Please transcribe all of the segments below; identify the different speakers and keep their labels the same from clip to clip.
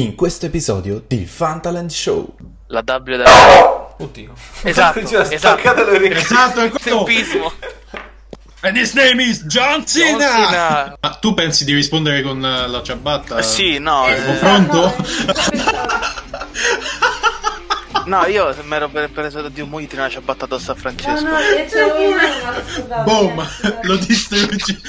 Speaker 1: in questo episodio di Fantaland Show.
Speaker 2: La WWE.
Speaker 3: Oddio.
Speaker 2: Esatto,
Speaker 3: Cioè,
Speaker 2: esatto.
Speaker 3: staccate le orecchie.
Speaker 4: Esatto, è questo.
Speaker 2: Tempismo.
Speaker 4: And his name is John Cena.
Speaker 2: John Cena.
Speaker 4: Ma tu pensi di rispondere con eh, la ciabatta?
Speaker 2: Sì, no, eh,
Speaker 4: Esatto. Pronto?
Speaker 2: no, io mi ero pre- preso da Dio moglie tirare una ciabatta addosso a
Speaker 5: No,
Speaker 2: Francesco.
Speaker 5: Ah, no, io c'avevo una, scusate.
Speaker 4: Boom!
Speaker 5: scusate.
Speaker 4: Lo distruggi.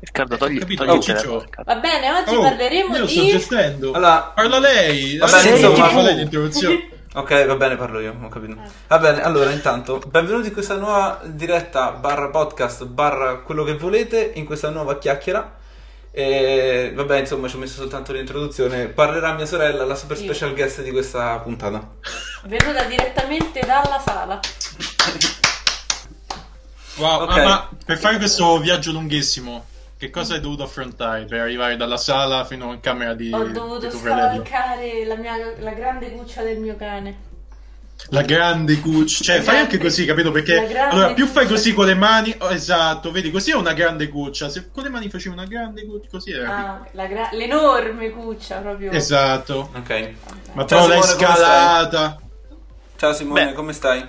Speaker 2: Riccardo, togli,
Speaker 4: Capito,
Speaker 2: togli il
Speaker 4: Ciccio?
Speaker 2: telefono, Riccardo.
Speaker 5: Va bene, oggi
Speaker 4: Oh,
Speaker 5: parleremo
Speaker 4: io sto
Speaker 5: di...
Speaker 4: gestendo.
Speaker 3: Allora,
Speaker 4: Parla lei.
Speaker 3: Vabbè,
Speaker 4: Adesso
Speaker 3: insomma-
Speaker 4: fa lei l'introduzione.
Speaker 3: ok, va bene, parlo io, ho capito. Va bene, allora, intanto, benvenuti in questa nuova diretta barra podcast barra quello che volete, in questa nuova chiacchiera. E vabbè, insomma, ci ho messo soltanto l'introduzione. Parlerà mia sorella, la super
Speaker 5: Io.
Speaker 3: special guest di questa puntata.
Speaker 5: Venuta direttamente dalla sala.
Speaker 4: Wow,
Speaker 3: Ok.
Speaker 4: ah, ma per fare questo viaggio lunghissimo, che cosa hai dovuto affrontare per arrivare dalla sala fino in camera di,
Speaker 5: Ho
Speaker 4: di
Speaker 5: dovuto
Speaker 4: tuo fratello?
Speaker 5: scavalcare la, mia, la grande cuccia del mio cane.
Speaker 4: La grande cuccia, cioè
Speaker 5: La
Speaker 4: fai
Speaker 5: grande-
Speaker 4: anche così, capito?
Speaker 5: la
Speaker 4: Perché
Speaker 5: grande
Speaker 4: allora più fai
Speaker 5: cuccia.
Speaker 4: così con le mani, oh, esatto, vedi, così è una grande cuccia. Se con le mani facevi una grande cuccia, così era.
Speaker 5: Ah, la gra- l'enorme cuccia proprio.
Speaker 4: Esatto,
Speaker 3: Ok.
Speaker 5: Vabbè.
Speaker 3: Ciao,
Speaker 4: ma però l'hai
Speaker 3: Simone, come
Speaker 4: scalata.
Speaker 3: Ciao Simone,
Speaker 2: Beh.
Speaker 3: come stai?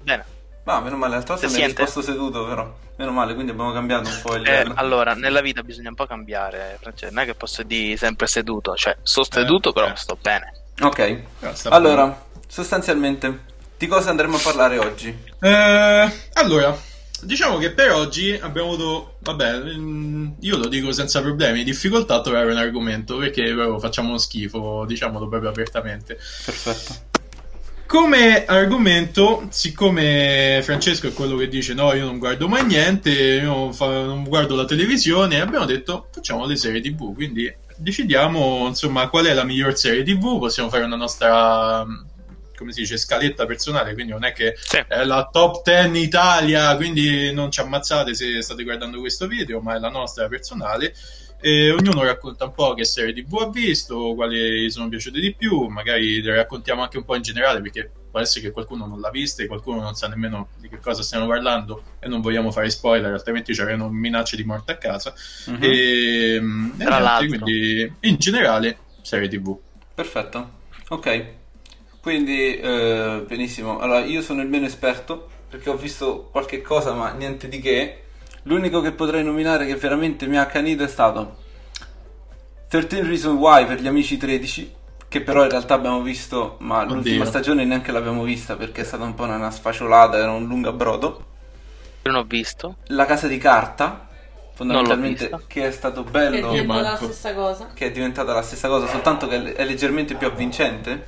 Speaker 2: Bene.
Speaker 3: Ma meno male, l'altra volta
Speaker 2: Si
Speaker 3: mi hai
Speaker 2: siente?
Speaker 3: risposto seduto, però. Meno male, quindi abbiamo cambiato un po' il
Speaker 2: Eh,
Speaker 3: livello.
Speaker 2: allora, nella vita bisogna un po' cambiare, Francesco. Non è che posso dire sempre seduto, cioè, sto
Speaker 4: Eh,
Speaker 2: seduto, però
Speaker 4: eh.
Speaker 2: sto bene.
Speaker 3: Ok.
Speaker 4: Ah, sta bene.
Speaker 3: Allora, sostanzialmente, di cosa andremo a parlare oggi?
Speaker 4: Eh, allora, diciamo che per oggi abbiamo avuto, vabbè, mm, io lo dico senza problemi, difficoltà a trovare un argomento perché proprio facciamo schifo, diciamolo proprio apertamente.
Speaker 3: Perfetto.
Speaker 4: Come argomento, siccome Francesco è quello che dice no, io non guardo mai niente, io non, fa- non guardo la televisione, abbiamo detto facciamo le serie tv, quindi decidiamo insomma qual è la miglior serie tv, possiamo fare una nostra, mm, come si dice, scaletta personale, quindi non è che
Speaker 2: Sì.
Speaker 4: è la top 10 Italia, quindi non ci ammazzate se state guardando questo video, ma è la nostra personale. E ognuno racconta un po' che serie TV ha visto, quali gli sono piaciute di più, magari le raccontiamo anche un po' in generale perché può essere che qualcuno non l'ha vista e qualcuno non sa nemmeno di che cosa stiamo parlando e non vogliamo fare spoiler, altrimenti ci avranno minacce di morte a casa.
Speaker 3: Mhm.
Speaker 4: E, mm, e
Speaker 2: Tra
Speaker 4: niente,
Speaker 2: l'altro.
Speaker 4: quindi in generale serie TV.
Speaker 3: Perfetto. Ok. Quindi, eh, benissimo. Allora, io sono il meno esperto perché ho visto qualche cosa, ma niente di che. L'unico che potrei nominare che veramente mi ha accanito è stato 13 Reason Why per gli amici 13, che però in realtà abbiamo visto, ma
Speaker 4: Oddio.
Speaker 3: l'ultima stagione neanche l'abbiamo vista perché è stata un po' una, una sfaciolata, era un lungo brodo.
Speaker 2: Io non ho visto.
Speaker 3: La casa di carta, fondamentalmente,
Speaker 2: vista.
Speaker 3: che è stato
Speaker 5: Che
Speaker 3: bello,
Speaker 4: Io
Speaker 5: diventa la
Speaker 4: manco.
Speaker 5: stessa cosa.
Speaker 3: che è diventata la stessa cosa, soltanto che è leggermente più avvincente,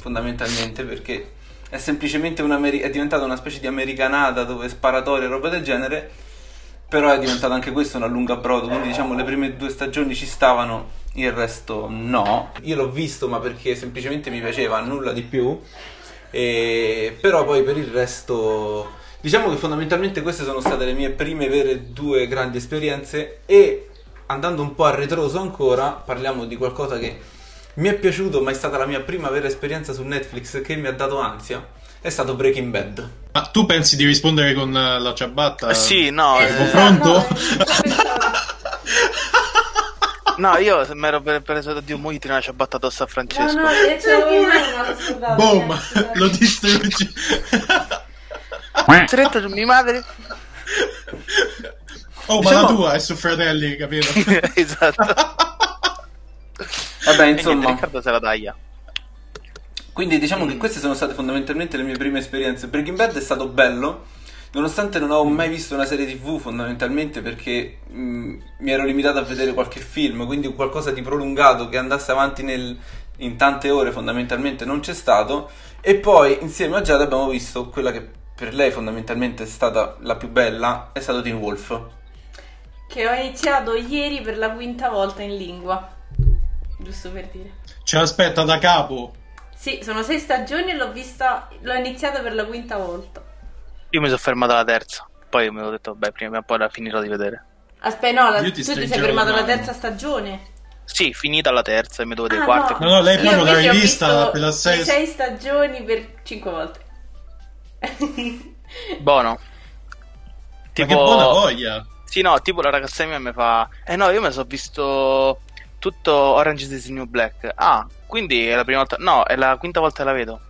Speaker 3: fondamentalmente, perché è semplicemente una ameri- è diventata una specie di americanata dove sparatorie e roba del genere, però è diventata anche questa una lunga brodo, quindi diciamo le prime due stagioni ci stavano, il resto no. Io l'ho visto, ma perché semplicemente mi piaceva, nulla di più. E- però poi per il resto diciamo che fondamentalmente queste sono state le mie prime vere due grandi esperienze e andando un po' a ritroso ancora parliamo di qualcosa che mi è piaciuto ma è stata la mia prima vera esperienza su Netflix che mi ha dato ansia è stato Breaking Bad
Speaker 4: Ma tu pensi di rispondere con eh, la ciabatta?
Speaker 2: Sì, no,
Speaker 4: Eh,
Speaker 2: eh,
Speaker 4: boh, pronto?
Speaker 5: No, eh, no,
Speaker 2: no, io mi ero pre- preso da Dio moglie tirare una ciabatta addosso a
Speaker 4: Cioè,
Speaker 2: Francesco.
Speaker 5: Ah, no, io c'avevo una, scusate.
Speaker 4: Boom!
Speaker 5: scusate.
Speaker 4: Boh, Lo distruggi.
Speaker 2: Stretto su mia madre.
Speaker 4: Oh, ma la
Speaker 3: Diciamo-
Speaker 4: tua è su fratelli, capito?
Speaker 2: esatto.
Speaker 3: vabbè
Speaker 2: E niente,
Speaker 3: Eh, insomma
Speaker 2: Riccardo se la taglia.
Speaker 3: Quindi diciamo che queste sono state fondamentalmente le mie prime esperienze. Breaking Bad è stato bello, nonostante non avevo mai visto una serie TV fondamentalmente perché mh, mi ero limitato a vedere qualche film, quindi qualcosa di prolungato che andasse avanti nel- in tante ore fondamentalmente non c'è stato. E poi insieme a Giada abbiamo visto quella che per lei fondamentalmente è stata la più bella, è stato Teen Wolf.
Speaker 5: Che ho iniziato ieri per la quinta volta in lingua. Giusto per dire.
Speaker 4: Ce l'aspetta da capo.
Speaker 5: Sì, sono sei stagioni e l'ho vista, l'ho iniziata per la quinta volta.
Speaker 2: Io mi sono fermato alla terza. Poi mi ho detto, beh, prima o poi la finirò di vedere.
Speaker 5: Aspetta, no, la-
Speaker 4: Io ti
Speaker 5: tu ti sei
Speaker 4: stringevo la
Speaker 5: fermato alla
Speaker 4: mano.
Speaker 5: terza stagione.
Speaker 2: Sì, finita la terza e mi devo dire
Speaker 5: Ah,
Speaker 2: quarta.
Speaker 4: No, no, lei
Speaker 5: Io
Speaker 4: proprio
Speaker 5: invece
Speaker 4: l'hai
Speaker 5: ho
Speaker 4: vista
Speaker 5: visto
Speaker 4: per la
Speaker 5: le
Speaker 4: sei-
Speaker 5: sei stagioni per cinque volte.
Speaker 2: Buono.
Speaker 4: Ma che buona voglia!
Speaker 2: Sì, no, tipo la ragazza mia mi fa... Eh no, io mi sono visto tutto Orange is the New Black. Ah, quindi è la prima volta... No, è la quinta volta che la vedo.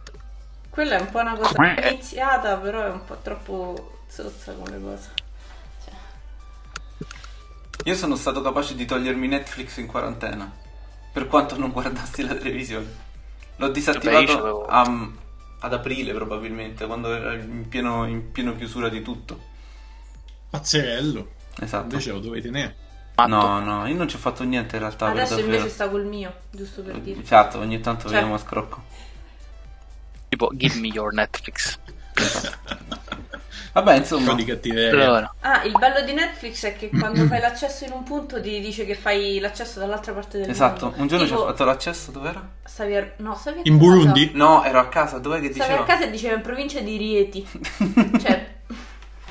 Speaker 5: Quella è un po' una cosa
Speaker 2: Come-
Speaker 5: iniziata, però è un po' troppo zozza come cosa.
Speaker 3: Io sono stato capace di togliermi Netflix in quarantena, per quanto non guardassi la televisione. L'ho
Speaker 2: Cioè, Beh, io
Speaker 3: disattivato
Speaker 2: c'avevo-
Speaker 3: a- ad aprile probabilmente, quando era in pieno, in pieno chiusura di tutto.
Speaker 4: Pazzerello.
Speaker 3: Esatto.
Speaker 4: Invece lo dovevi tenere.
Speaker 2: Matto.
Speaker 3: No, no, io non ci ho fatto niente in realtà. per
Speaker 5: Adesso
Speaker 3: davvero.
Speaker 5: invece sta col mio, giusto per dire.
Speaker 3: Certo, ogni tanto
Speaker 5: Cioè.
Speaker 3: vediamo a scrocco.
Speaker 2: Tipo, give me your Netflix.
Speaker 3: Vabbè,
Speaker 4: Un po'
Speaker 3: insomma,
Speaker 4: di cattiveria.
Speaker 2: Allora,
Speaker 5: Ah, il bello di Netflix è che quando fai l'accesso in un punto ti dice che fai l'accesso dall'altra parte del
Speaker 3: esatto.
Speaker 5: mondo.
Speaker 3: Un giorno ci
Speaker 5: Tipo,
Speaker 3: ho fatto l'accesso, dov'era?
Speaker 5: Stavi a... No, stavi a
Speaker 4: In
Speaker 5: casa.
Speaker 4: Burundi?
Speaker 3: No, ero a casa, dov'è che
Speaker 5: Stavi
Speaker 3: dicevo?
Speaker 5: a casa e diceva in provincia di Rieti. cioè,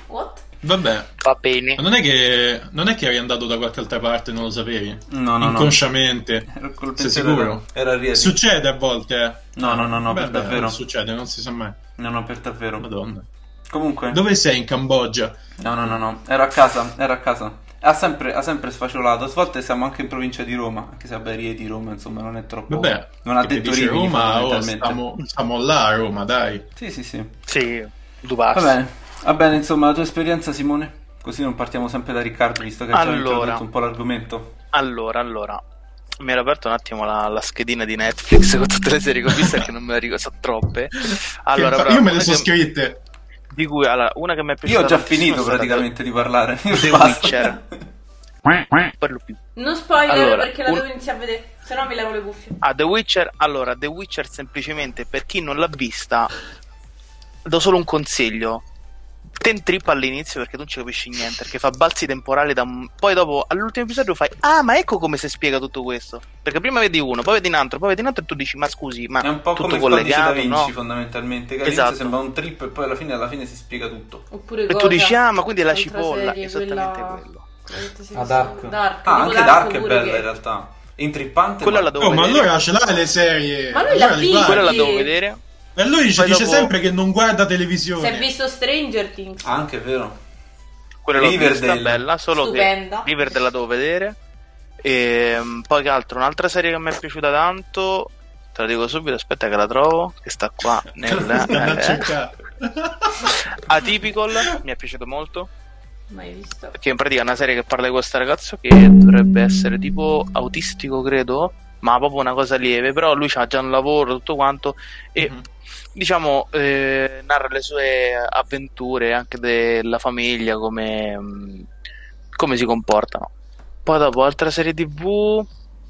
Speaker 5: what?
Speaker 4: Vabbè.
Speaker 2: va bene.
Speaker 4: Ma non è che, non è che eri andato da qualche altra parte e non lo sapevi?
Speaker 3: No, no, no.
Speaker 4: Inconsciamente.
Speaker 3: Ero col
Speaker 4: Sei
Speaker 3: pensiero-
Speaker 4: sicuro?
Speaker 3: Era a Rieti.
Speaker 4: Succede a volte. eh.
Speaker 3: No, no, no, no,
Speaker 4: Beh,
Speaker 3: per
Speaker 4: beh,
Speaker 3: davvero.
Speaker 4: non Succede, non si sa mai.
Speaker 3: No, no, per davvero.
Speaker 4: Madonna.
Speaker 3: Comunque,
Speaker 4: Dove sei in Cambogia?
Speaker 3: no, no, no, no, ero a casa, ero a casa. Ha sempre, ha sempre sfacciolato. A volte siamo anche in provincia di Roma, anche se vabbè, Rieti, Roma, insomma, non è troppo...
Speaker 4: Vabbè,
Speaker 3: non ha
Speaker 4: che
Speaker 3: detto
Speaker 4: dice
Speaker 3: Rimini,
Speaker 4: Roma, oh,
Speaker 3: fondamentalmente.
Speaker 4: stiamo, stiamo là a Roma, dai.
Speaker 3: Sì, sì, sì.
Speaker 2: Sì, tu
Speaker 3: Va
Speaker 2: passi.
Speaker 3: bene, va bene, insomma, la tua esperienza, Simone? Così non partiamo sempre da Riccardo, visto che ci ha
Speaker 2: Allora.
Speaker 3: introdotto un po' l'argomento.
Speaker 2: Allora, allora, mi era aperto un attimo la, la schedina di Netflix con tutte le serie che ho visto che non me le ricordo, sono troppe. Allora,
Speaker 4: Che fa-
Speaker 2: però,
Speaker 4: io me le
Speaker 2: una
Speaker 4: sono
Speaker 2: che-
Speaker 4: scritte.
Speaker 2: Di cui, allora, una che mi è
Speaker 3: Io
Speaker 2: piaciuta
Speaker 3: ho già
Speaker 2: tantissimo è
Speaker 3: finito
Speaker 2: stata
Speaker 3: praticamente di parlare.
Speaker 2: The
Speaker 3: Basta.
Speaker 2: Witcher. Per lo più.
Speaker 5: Non spoiler
Speaker 2: Allora,
Speaker 5: perché la
Speaker 2: un-
Speaker 5: devo iniziare a vedere, se no mi levo le cuffie.
Speaker 2: Ah, The Witcher, allora, The Witcher semplicemente per chi non l'ha vista, do solo un consiglio. Te intrippa all'inizio perché tu non ci capisci niente, perché fa balzi temporali da... un- Poi dopo, all'ultimo episodio fai, ah, ma ecco come si spiega tutto questo. Perché prima vedi uno, poi vedi un altro, poi vedi un altro e tu dici, ma scusi, ma
Speaker 3: È un po'
Speaker 2: tutto
Speaker 3: come il codice da
Speaker 2: collegato,
Speaker 3: Vinci,
Speaker 2: no?
Speaker 3: fondamentalmente, che
Speaker 2: Esatto.
Speaker 3: all'inizio sembra un trip e poi alla fine, alla fine si spiega tutto.
Speaker 5: Oppure
Speaker 2: E
Speaker 5: cosa?
Speaker 2: tu dici, ah, ma quindi è la
Speaker 5: Altra
Speaker 2: cipolla.
Speaker 5: serie,
Speaker 2: Esattamente
Speaker 5: quella-
Speaker 2: quello.
Speaker 1: Ah, Dark.
Speaker 5: Dark.
Speaker 3: Ah,
Speaker 5: tipo
Speaker 3: anche Dark è
Speaker 5: pure
Speaker 3: bella
Speaker 5: che-
Speaker 3: in realtà. Intrippante.
Speaker 2: Quella
Speaker 3: ma-
Speaker 2: la devo
Speaker 4: Oh, ma
Speaker 2: vedere.
Speaker 4: allora ce l'hai le serie.
Speaker 5: Ma lui
Speaker 4: Allora
Speaker 5: l'ha
Speaker 4: le
Speaker 5: vista.
Speaker 4: guardi.
Speaker 2: Quella la
Speaker 5: Sì.
Speaker 2: devo vedere.
Speaker 4: E lui ci
Speaker 2: Poi
Speaker 4: dice
Speaker 2: dopo-
Speaker 4: sempre che non guarda
Speaker 5: Si è
Speaker 4: televisione.
Speaker 5: visto Stranger Things.
Speaker 3: Ah, anche è vero.
Speaker 2: Quella l'ho vista
Speaker 3: Riverdale.
Speaker 2: bella, solo
Speaker 5: Stupenda.
Speaker 2: che Riverdale la devo vedere. E poi che altro? Un'altra serie che mi è piaciuta tanto. Te la dico subito, aspetta che la trovo. Che sta qua nel
Speaker 4: Stanno a
Speaker 2: eh,
Speaker 4: cercare.
Speaker 2: Atypical mi è piaciuto molto.
Speaker 5: Mai visto.
Speaker 2: Perché in pratica è una serie che parla di questo ragazzo che dovrebbe essere tipo autistico, credo. Ma proprio una cosa lieve. Però lui ha già un lavoro, tutto quanto. E
Speaker 4: Mhm.
Speaker 2: diciamo, eh, narra le sue avventure anche della famiglia, come, mh, come si comportano. Poi dopo altra serie TV,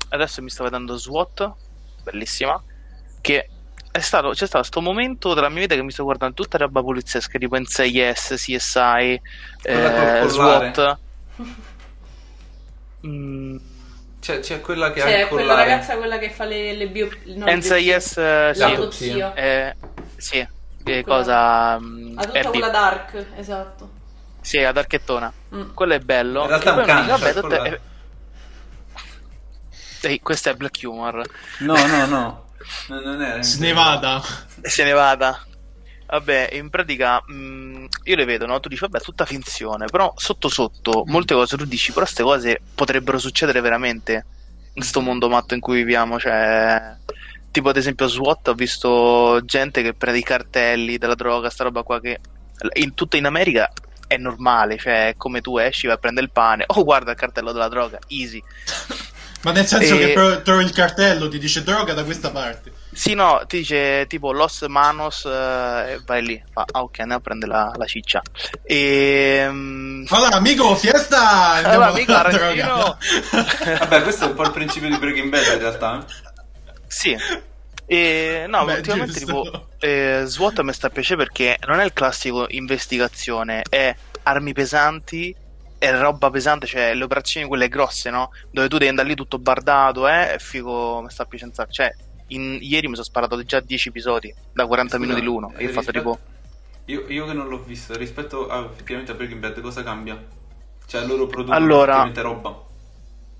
Speaker 2: adesso mi sto vedendo SWAT, bellissima, che è stato, c'è stato questo momento della mia vita che mi sto guardando tutta roba poliziesca, tipo NCIS,
Speaker 3: Quella
Speaker 2: CSI,
Speaker 3: col
Speaker 2: eh,
Speaker 3: collare.
Speaker 2: SWAT. Mm,
Speaker 3: C'è, c'è quella che ha
Speaker 5: C'è
Speaker 3: il
Speaker 5: Cioè, quella
Speaker 3: collare.
Speaker 5: ragazza quella che fa le, le bio... no, le biopsie.
Speaker 2: NCIS, eh, sì,
Speaker 5: L'autopsia.
Speaker 2: eh, sì, eh,
Speaker 5: Quella-
Speaker 2: cosa... mm,
Speaker 5: Ha tutta
Speaker 2: Abby.
Speaker 5: quella dark, esatto.
Speaker 2: Sì, ad archettona.
Speaker 5: Mm.
Speaker 2: Quello è bello.
Speaker 3: In realtà è
Speaker 2: E poi
Speaker 3: un
Speaker 2: mi dico,
Speaker 3: cane,
Speaker 2: vabbè,
Speaker 3: cioè,
Speaker 2: tutte-
Speaker 3: quello è-
Speaker 2: Ehi, questo è Black Humor.
Speaker 3: No, no, no. No, non era
Speaker 4: Se ne vada.
Speaker 2: Se ne vada. Vabbè, in pratica mh, io le vedo, no? Tu dici, vabbè, è tutta finzione, però sotto sotto molte cose tu dici, però queste cose potrebbero succedere veramente in sto mondo matto in cui viviamo, cioè tipo ad esempio SWAT ho visto gente che prende i cartelli della droga, sta roba qua che in tutta in America è normale, cioè è come tu esci, vai a prendere il pane, oh guarda il cartello della droga, easy.
Speaker 4: Ma nel senso
Speaker 2: E-
Speaker 4: che pro- trovi il cartello, ti dice droga da questa parte.
Speaker 2: Sì, no, ti dice tipo Los Manos, eh, e vai lì, fa, ah ok, andiamo a prendere la, la ciccia. E... mm,
Speaker 4: Allora, amico, fiesta!
Speaker 2: Allora,
Speaker 4: Andiamo
Speaker 2: amico,
Speaker 4: alla
Speaker 2: arancino!
Speaker 3: Vabbè, questo è un po' il principio di Breaking Bad in realtà. eh.
Speaker 2: Sì. E, no, ma
Speaker 4: Beh,
Speaker 2: ultimamente
Speaker 4: giusto.
Speaker 2: tipo eh, SWAT mi sta a piacere perché non è il classico investigazione, è armi pesanti, è roba pesante, cioè le operazioni quelle grosse, no? Dove tu devi andare lì tutto bardato, eh? È figo, mi sta a piacere un sacco. Cioè, in- ieri mi sono sparato già 10 episodi da 40 minuti
Speaker 3: Scusa,
Speaker 2: l'uno e
Speaker 3: eh,
Speaker 2: ho fatto boh.
Speaker 3: rispetto-
Speaker 2: tipo...
Speaker 3: Io, io che non l'ho visto, rispetto a, effettivamente a Breaking Bad, cosa cambia? Cioè, loro producono
Speaker 2: Allora-
Speaker 3: effettivamente roba.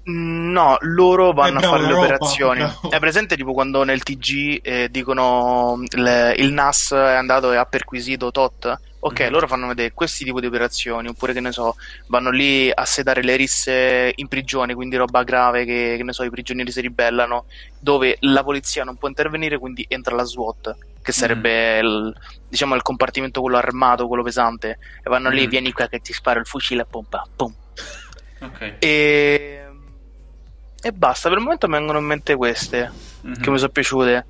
Speaker 2: Mm, No, loro vanno
Speaker 4: bravo,
Speaker 2: a fare le
Speaker 4: Europa,
Speaker 2: operazioni.
Speaker 4: bravo.
Speaker 2: È presente tipo quando nel TG eh, dicono il, il NAS è andato e ha perquisito tot? Ok,
Speaker 3: Mhm.
Speaker 2: loro fanno vedere questi tipi di operazioni, oppure che ne so, vanno lì a sedare le risse in prigione, quindi roba grave che, che ne so, i prigionieri si ribellano, dove la polizia non può intervenire, quindi entra la SWAT, che
Speaker 3: Mm.
Speaker 2: sarebbe il, diciamo il compartimento quello armato, quello pesante, e vanno lì,
Speaker 3: Mm.
Speaker 2: vieni qua che ti sparo il fucile a pompa, pum,
Speaker 3: Ok.
Speaker 2: e... e basta, per il momento mi vengono in mente queste
Speaker 3: Mhm.
Speaker 2: che mi sono piaciute.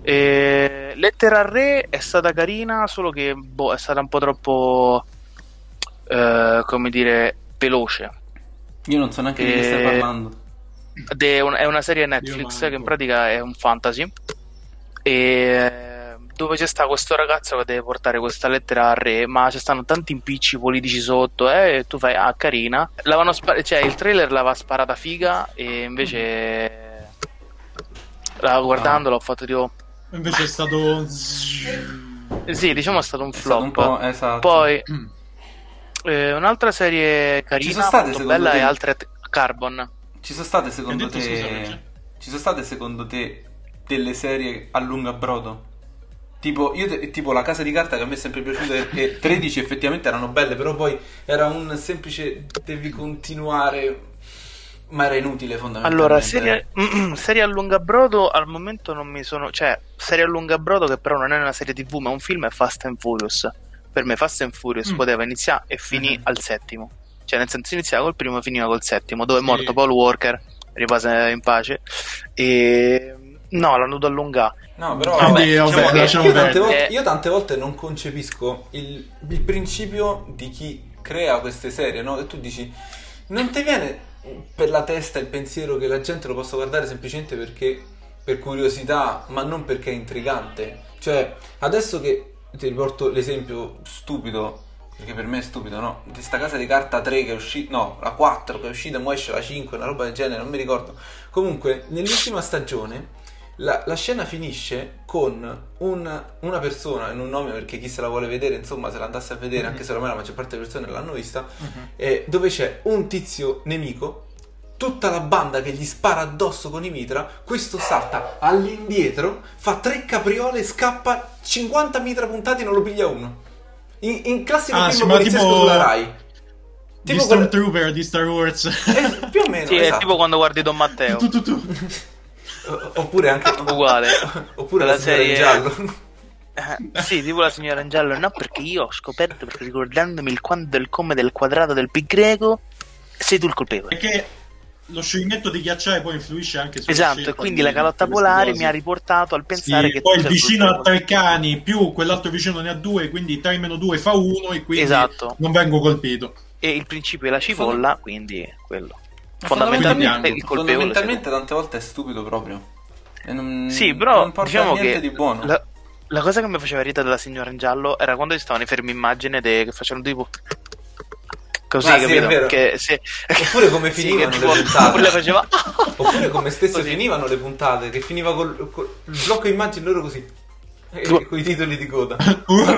Speaker 2: E... Lettera Re è stata carina, solo che boh, è stata un po' troppo, eh, come dire, veloce.
Speaker 3: Io non so neanche di che stai
Speaker 2: Eh,
Speaker 3: parlando.
Speaker 2: Ed è, un- è una serie
Speaker 4: Io
Speaker 2: Netflix
Speaker 4: manco.
Speaker 2: che in pratica è un fantasy e dove c'è sta questo ragazzo che deve portare questa lettera al re ma ci stanno tanti impicci politici sotto eh, e tu fai ah carina L'avano spa- cioè, il trailer l'aveva sparata figa e invece
Speaker 3: Ah.
Speaker 2: la- guardandolo ho fatto tipo
Speaker 4: Invece è stato.
Speaker 2: eh sì diciamo è stato un
Speaker 3: È stato
Speaker 2: flop
Speaker 3: un po', esatto.
Speaker 2: poi eh, un'altra serie
Speaker 3: Ci
Speaker 2: carina
Speaker 3: sono state,
Speaker 2: molto
Speaker 3: secondo
Speaker 2: bella
Speaker 3: te?
Speaker 2: è Altered Carbon
Speaker 3: Ci sono state secondo
Speaker 4: Che ha
Speaker 3: te.
Speaker 4: detto, scusa, Luigi?
Speaker 3: ci sono state secondo te delle serie a lungo brodo? Tipo, io te- tipo la casa di carta che a me è sempre piaciuta e 13 effettivamente erano belle, però poi era un semplice devi continuare, ma era inutile fondamentalmente.
Speaker 2: Allora, serie, serie a lungabrodo al momento non mi sono. cioè, serie a lungabrodo che però non è una serie TV, ma è un film è Fast and Furious. Per me, Fast and Furious
Speaker 4: Mm.
Speaker 2: poteva iniziare e finì
Speaker 3: Mhm.
Speaker 2: al settimo. Cioè, nel senso, iniziava col primo e finiva col settimo, dove è
Speaker 4: Sì.
Speaker 2: morto Paul Walker, ripasa in pace. E. No, l'hanno dovuto allungare.
Speaker 3: No, però
Speaker 2: Vabbè,
Speaker 4: Quindi,
Speaker 2: diciamo
Speaker 4: vabbè,
Speaker 2: che-
Speaker 4: lasciamo
Speaker 3: io, tante
Speaker 4: perdere.
Speaker 3: volte,
Speaker 2: Eh.
Speaker 3: io tante volte non concepisco il, il principio di chi crea queste serie, no? E tu dici, non ti viene per la testa il pensiero che la gente lo possa guardare semplicemente perché per curiosità, ma non perché è intrigante. Cioè, adesso che ti riporto l'esempio stupido, perché per me è stupido, no? Di sta casa di carta 3 che è uscita, no, la 4 che è uscita, mo esce la 5, una roba del genere, non mi ricordo. Comunque, nell'ultima stagione la, la scena finisce con un- una persona, non un nome perché chi se la vuole vedere, insomma, se la andasse a vedere,
Speaker 4: Mhm.
Speaker 3: anche se ormai la maggior parte delle persone l'hanno vista, eh, dove c'è un tizio nemico, tutta la banda che gli spara addosso con i mitra, questo salta all'indietro, fa tre capriole, scappa 50 mitra puntati e non lo piglia uno. In, in classico
Speaker 4: Ah,
Speaker 3: film
Speaker 4: sì, ma
Speaker 3: poliziesco
Speaker 4: tipo-
Speaker 3: sulla Rai.
Speaker 4: Di
Speaker 3: Tipo quella-
Speaker 4: Stormtrooper di Star Wars.
Speaker 3: eh, più o meno,
Speaker 2: Sì, è
Speaker 3: esatto.
Speaker 2: tipo quando guardi Don Matteo.
Speaker 4: Tu, tu, tu.
Speaker 3: O- Oppure anche...
Speaker 2: Uguale.
Speaker 3: Oppure la,
Speaker 2: La
Speaker 3: signora in
Speaker 2: serie-
Speaker 3: giallo.
Speaker 2: Eh, sì, tipo la signora in giallo, no, perché io ho scoperto, perché ricordandomi il quando del come del quadrato del pi greco, sei tu il colpevole.
Speaker 4: Perché lo scioglimento di ghiacciai poi influisce anche sulla
Speaker 2: Esatto,
Speaker 4: scelta
Speaker 2: e quindi
Speaker 4: di-
Speaker 2: la calotta
Speaker 4: di queste
Speaker 2: polare
Speaker 4: cose.
Speaker 2: mi ha riportato al pensare
Speaker 4: Sì,
Speaker 2: che
Speaker 4: poi
Speaker 2: tu
Speaker 4: il
Speaker 2: sei
Speaker 4: vicino ha
Speaker 2: colpevole.
Speaker 4: tre cani più quell'altro vicino ne ha due, quindi 3 meno 2 fa 1 e quindi
Speaker 2: Esatto.
Speaker 4: non vengo colpito.
Speaker 2: e il principio è la cipolla, quindi quello.
Speaker 4: fondamentalmente-
Speaker 2: Fondamentalmente il colpevole. sei
Speaker 3: Fondamentalmente tante volte è stupido proprio. E non,
Speaker 2: tu. Sì, però
Speaker 3: non porta
Speaker 2: diciamo
Speaker 3: niente
Speaker 2: che
Speaker 3: di buono.
Speaker 2: La, la cosa che mi faceva ridere della signora in giallo era quando ci stavano i fermi immagine de- che facevano tipo così,
Speaker 3: Ah, sì, è
Speaker 2: capito?
Speaker 3: vero.
Speaker 2: che, se-
Speaker 3: Oppure come
Speaker 2: Sì,
Speaker 3: finivano
Speaker 2: che
Speaker 3: le
Speaker 2: tipo-
Speaker 3: puntate.
Speaker 2: oppure faceva
Speaker 3: Oppure come stesso
Speaker 2: Così.
Speaker 3: finivano le puntate, che finiva col, col il blocco immagini loro così.
Speaker 2: Tu-
Speaker 3: Con i titoli di coda.
Speaker 4: Uh,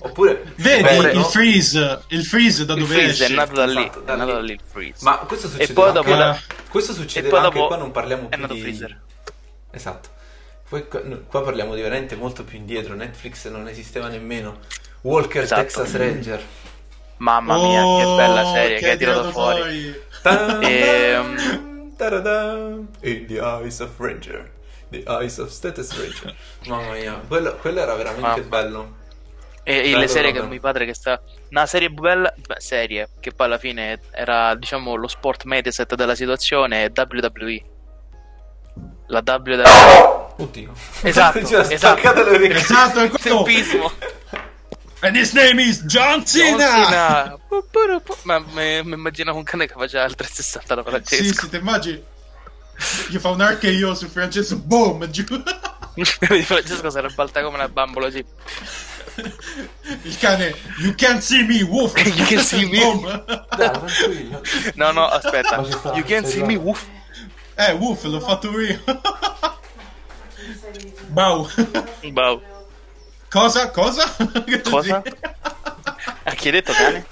Speaker 3: Oppure
Speaker 4: Vedi
Speaker 3: Beh, no?
Speaker 4: il freeze, il freeze da
Speaker 2: il
Speaker 4: dove
Speaker 2: freeze è
Speaker 4: esce.
Speaker 2: nato da lì,
Speaker 3: Esatto, da
Speaker 2: è nato
Speaker 3: lì.
Speaker 2: da lì il freeze.
Speaker 3: Ma questo succede
Speaker 2: E poi
Speaker 3: anche
Speaker 2: dopo
Speaker 4: la-
Speaker 3: Questo succede
Speaker 2: e poi
Speaker 3: anche
Speaker 2: dopo
Speaker 3: qua non parliamo
Speaker 2: è
Speaker 3: più
Speaker 2: nato
Speaker 3: di
Speaker 2: freezer.
Speaker 3: Esatto. Poi qua, no, qua parliamo di veramente molto più indietro, Netflix non esisteva nemmeno. Walker
Speaker 2: Esatto.
Speaker 3: Texas Ranger.
Speaker 2: Mamma mia,
Speaker 4: Oh,
Speaker 2: che bella serie che
Speaker 4: hai
Speaker 2: hai tirato fuori.
Speaker 3: Tan-
Speaker 2: Ehm.
Speaker 3: taradam. In the eyes of Ranger. The eyes of Status Ranger. Mamma mia, quello, quello era veramente
Speaker 2: Mamma.
Speaker 3: bello.
Speaker 2: E, e
Speaker 3: Bello,
Speaker 2: le serie che
Speaker 3: vabbè.
Speaker 2: mio padre che sta. Una serie bella. Beh, serie che poi alla fine era diciamo lo sport mediaset della situazione è WWE. La
Speaker 3: Ah,
Speaker 2: WWE.
Speaker 3: Oddio.
Speaker 2: Esatto,
Speaker 3: Ci ha
Speaker 2: esatto.
Speaker 3: staccato le orecchie.
Speaker 4: Esatto, è quello.
Speaker 2: Tempismo.
Speaker 4: And his name is John
Speaker 2: John
Speaker 4: Cena.
Speaker 2: Cena. Oh, Pu- pu- pu- Ma mi immaginavo un cane che faceva al 360 da
Speaker 4: Sì,
Speaker 2: Francesco.
Speaker 4: sì, ti immagini? Gli fa un archeo su Francesco, boom, giù.
Speaker 2: Di Francesco si era balta come una bambola. Sì.
Speaker 4: Il cane, you can't see me, woof.
Speaker 2: You can't see me.
Speaker 4: Boom.
Speaker 3: Dai, tranquillo.
Speaker 2: No, no, aspetta.
Speaker 3: Ma ci sta,
Speaker 2: You can
Speaker 3: sei
Speaker 2: see me,
Speaker 3: bravo.
Speaker 2: woof.
Speaker 4: Eh, woof, l'ho fatto io. Bau.
Speaker 2: Wow.
Speaker 4: Cosa? Cosa?
Speaker 2: Cosa? A chi hai detto cane?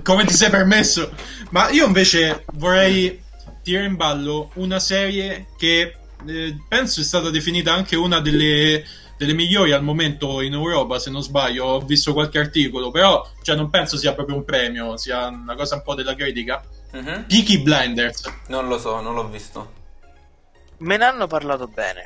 Speaker 4: Come ti sei permesso? Ma io invece vorrei tirare in ballo una serie che eh, penso è stata definita anche una delle, delle migliori al momento in Europa, se non sbaglio. Ho visto qualche articolo, però cioè, non penso sia proprio un premio, sia una cosa un po' della critica.
Speaker 3: Mhm.
Speaker 4: Peaky Blinders.
Speaker 3: Non lo so, non l'ho visto.
Speaker 2: Me ne hanno parlato bene,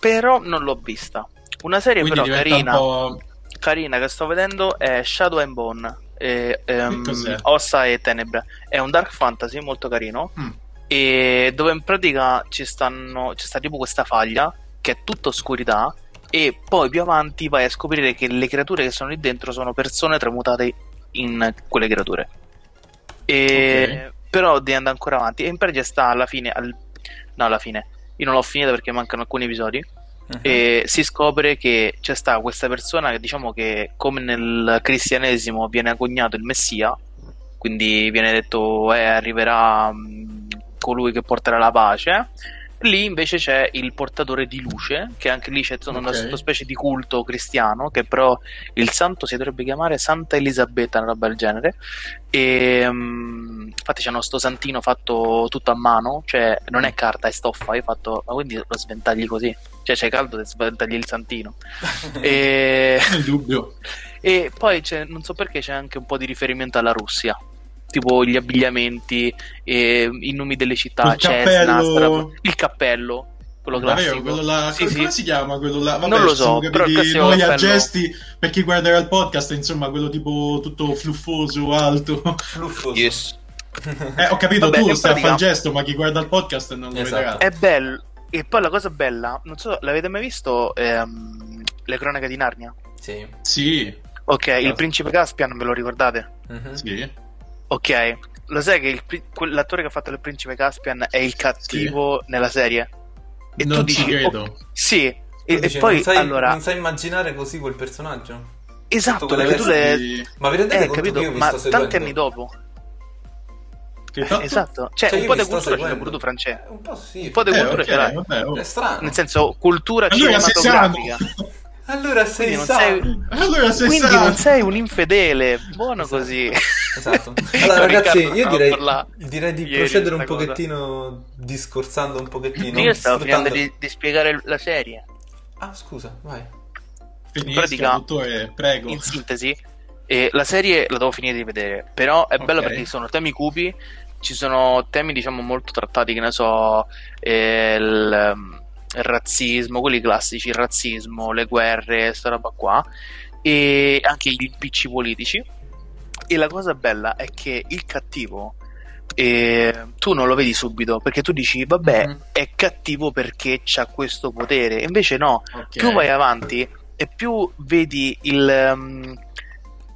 Speaker 2: però non l'ho vista. Una serie
Speaker 4: Quindi
Speaker 2: però
Speaker 4: diventa
Speaker 2: carina,
Speaker 4: un po'...
Speaker 2: carina che sto vedendo è Shadow and Bone, eh, ehm,
Speaker 4: Che cos'è?
Speaker 2: Ossa e Tenebre. È un dark fantasy molto carino
Speaker 4: Mm.
Speaker 2: e dove in pratica ci stanno, ci sta tipo questa faglia che è tutta oscurità e poi più avanti vai a scoprire che le creature che sono lì dentro sono persone tramutate in quelle creature. E- Però devi andare ancora avanti e in pratica sta alla fine, al- no alla fine, io non l'ho finita perché mancano alcuni episodi
Speaker 3: Mhm.
Speaker 2: e si scopre che c'è sta questa persona che diciamo che come nel cristianesimo viene agognato il messia quindi viene detto eh, arriverà mh, colui che porterà la pace lì invece c'è il portatore di luce che anche lì c'è una
Speaker 4: Ok.
Speaker 2: sottospecie di culto cristiano che però il santo si dovrebbe chiamare Santa Elisabetta una roba del genere e mh, infatti c'è uno sto santino fatto tutto a mano cioè non è carta è stoffa io ho fatto ma quindi lo sventagli così cioè c'è caldo e sventagli il santino e,
Speaker 4: Nel dubbio.
Speaker 2: e poi c'è- non so perché c'è anche un po' di riferimento alla Russia tipo gli abbigliamenti e i nomi delle città
Speaker 4: Il
Speaker 2: Cesna,
Speaker 4: cappello.
Speaker 2: sta roba- il cappello quello classico
Speaker 4: Davvero, quello là,
Speaker 2: Sì,
Speaker 4: come
Speaker 2: sì.
Speaker 4: come si chiama quello là? Vabbè,
Speaker 2: Non lo
Speaker 4: ci
Speaker 2: so,
Speaker 4: siamo
Speaker 2: però il
Speaker 4: capiti
Speaker 2: classico
Speaker 4: noi a
Speaker 2: cappello-
Speaker 4: gesti per chi guarderà il podcast, insomma, quello tipo tutto fluffoso, alto.
Speaker 3: Fluffoso.
Speaker 6: Yes.
Speaker 4: Eh, ho capito,
Speaker 2: Vabbè,
Speaker 4: tu
Speaker 2: in
Speaker 4: stai a fare il
Speaker 2: pratica-
Speaker 4: gesto, ma chi guarda il podcast non lo
Speaker 3: Esatto.
Speaker 4: vedrà.
Speaker 2: È bello. E poi la cosa bella, non so, l'avete mai visto ehm, Le cronache di Narnia?
Speaker 3: Sì.
Speaker 2: Eh?
Speaker 4: Sì,
Speaker 2: Ok, il
Speaker 3: Certo.
Speaker 2: principe Caspian, ve lo ricordate?
Speaker 3: Mhm.
Speaker 4: sì.
Speaker 2: Ok, lo sai che il pri- quell'attore che ha fatto il principe Caspian è il cattivo nella serie? E
Speaker 4: non
Speaker 2: tu
Speaker 4: ci
Speaker 2: dici,
Speaker 4: credo.
Speaker 2: "Oh, sì, e,
Speaker 3: Tu
Speaker 2: e
Speaker 3: dici,
Speaker 2: poi
Speaker 3: non sai,
Speaker 2: allora,
Speaker 3: non sai immaginare così quel personaggio?
Speaker 2: esatto,
Speaker 3: tutto quello
Speaker 2: perché tu
Speaker 3: che
Speaker 2: le...
Speaker 4: Sì.
Speaker 3: Ma vi rendete
Speaker 2: Eh,
Speaker 3: conto che
Speaker 2: capito,
Speaker 3: io vi
Speaker 2: ma
Speaker 3: sto seguendo?
Speaker 2: tanti anni dopo.
Speaker 4: Che hai fatto?
Speaker 2: Esatto, cioè,
Speaker 3: Cioè,
Speaker 2: un
Speaker 3: io
Speaker 2: po'
Speaker 3: vi
Speaker 2: di
Speaker 3: sto
Speaker 2: cultura ce l'ha
Speaker 3: seguendo.
Speaker 2: pure tu, Francesco.
Speaker 3: Eh, Un po' sì.
Speaker 2: cioè, Un po' di
Speaker 4: Eh,
Speaker 2: cultura ce
Speaker 4: ok,
Speaker 2: l'hai.
Speaker 4: vabbè, oh.
Speaker 3: È strano.
Speaker 2: Nel senso, cultura
Speaker 4: Allora sei sano.
Speaker 2: cinematografica.
Speaker 3: Allora sei
Speaker 2: Quindi non
Speaker 3: sano.
Speaker 2: sei-
Speaker 4: Allora sei
Speaker 2: Quindi
Speaker 4: sano.
Speaker 2: non sei un infedele, buono
Speaker 3: Esatto.
Speaker 2: così.
Speaker 3: Esatto. Allora,
Speaker 2: Con
Speaker 3: ragazzi,
Speaker 2: Riccardo
Speaker 3: io
Speaker 2: stavamo
Speaker 3: direi,
Speaker 2: parlando
Speaker 3: direi di
Speaker 2: ieri
Speaker 3: procedere un
Speaker 2: questa cosa.
Speaker 3: pochettino, discorsando un pochettino.
Speaker 2: Io stavo
Speaker 3: sfruttando-
Speaker 2: finendo di, di spiegare la serie.
Speaker 3: Ah, scusa, vai.
Speaker 4: Finisca,
Speaker 2: pratica-
Speaker 4: dottore, prego.
Speaker 2: In sintesi, eh, la serie la devo finire di vedere, però è bello
Speaker 4: Ok.
Speaker 2: perché ci sono temi cupi, ci sono temi diciamo molto trattati, che ne so, eh, il, ehm, il razzismo, quelli classici, il razzismo, le guerre, sta roba qua, e anche gli impicci politici. E la cosa bella è che il cattivo... eh, tu non lo vedi subito perché tu dici vabbè
Speaker 4: Mhm.
Speaker 2: è cattivo perché c'ha questo potere invece no
Speaker 4: Ok.
Speaker 2: più vai avanti e più vedi il ehm,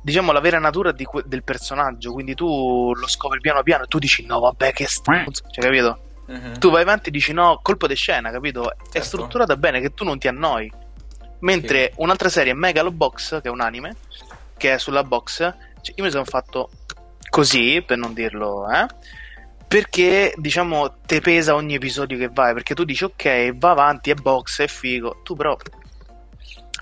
Speaker 2: diciamo la vera natura di que- del personaggio quindi tu lo scopri piano piano e tu dici no vabbè che stronzo cioè capito
Speaker 4: Eh.
Speaker 3: Mhm.
Speaker 2: tu vai avanti e dici no colpo di scena capito è
Speaker 3: Certo.
Speaker 2: strutturata bene che tu non ti annoi mentre un'altra serie Megalobox che è un anime che è sulla box cioè, io mi sono fatto così per non dirlo eh perché diciamo te pesa ogni episodio che vai perché tu dici ok va avanti è box è figo tu però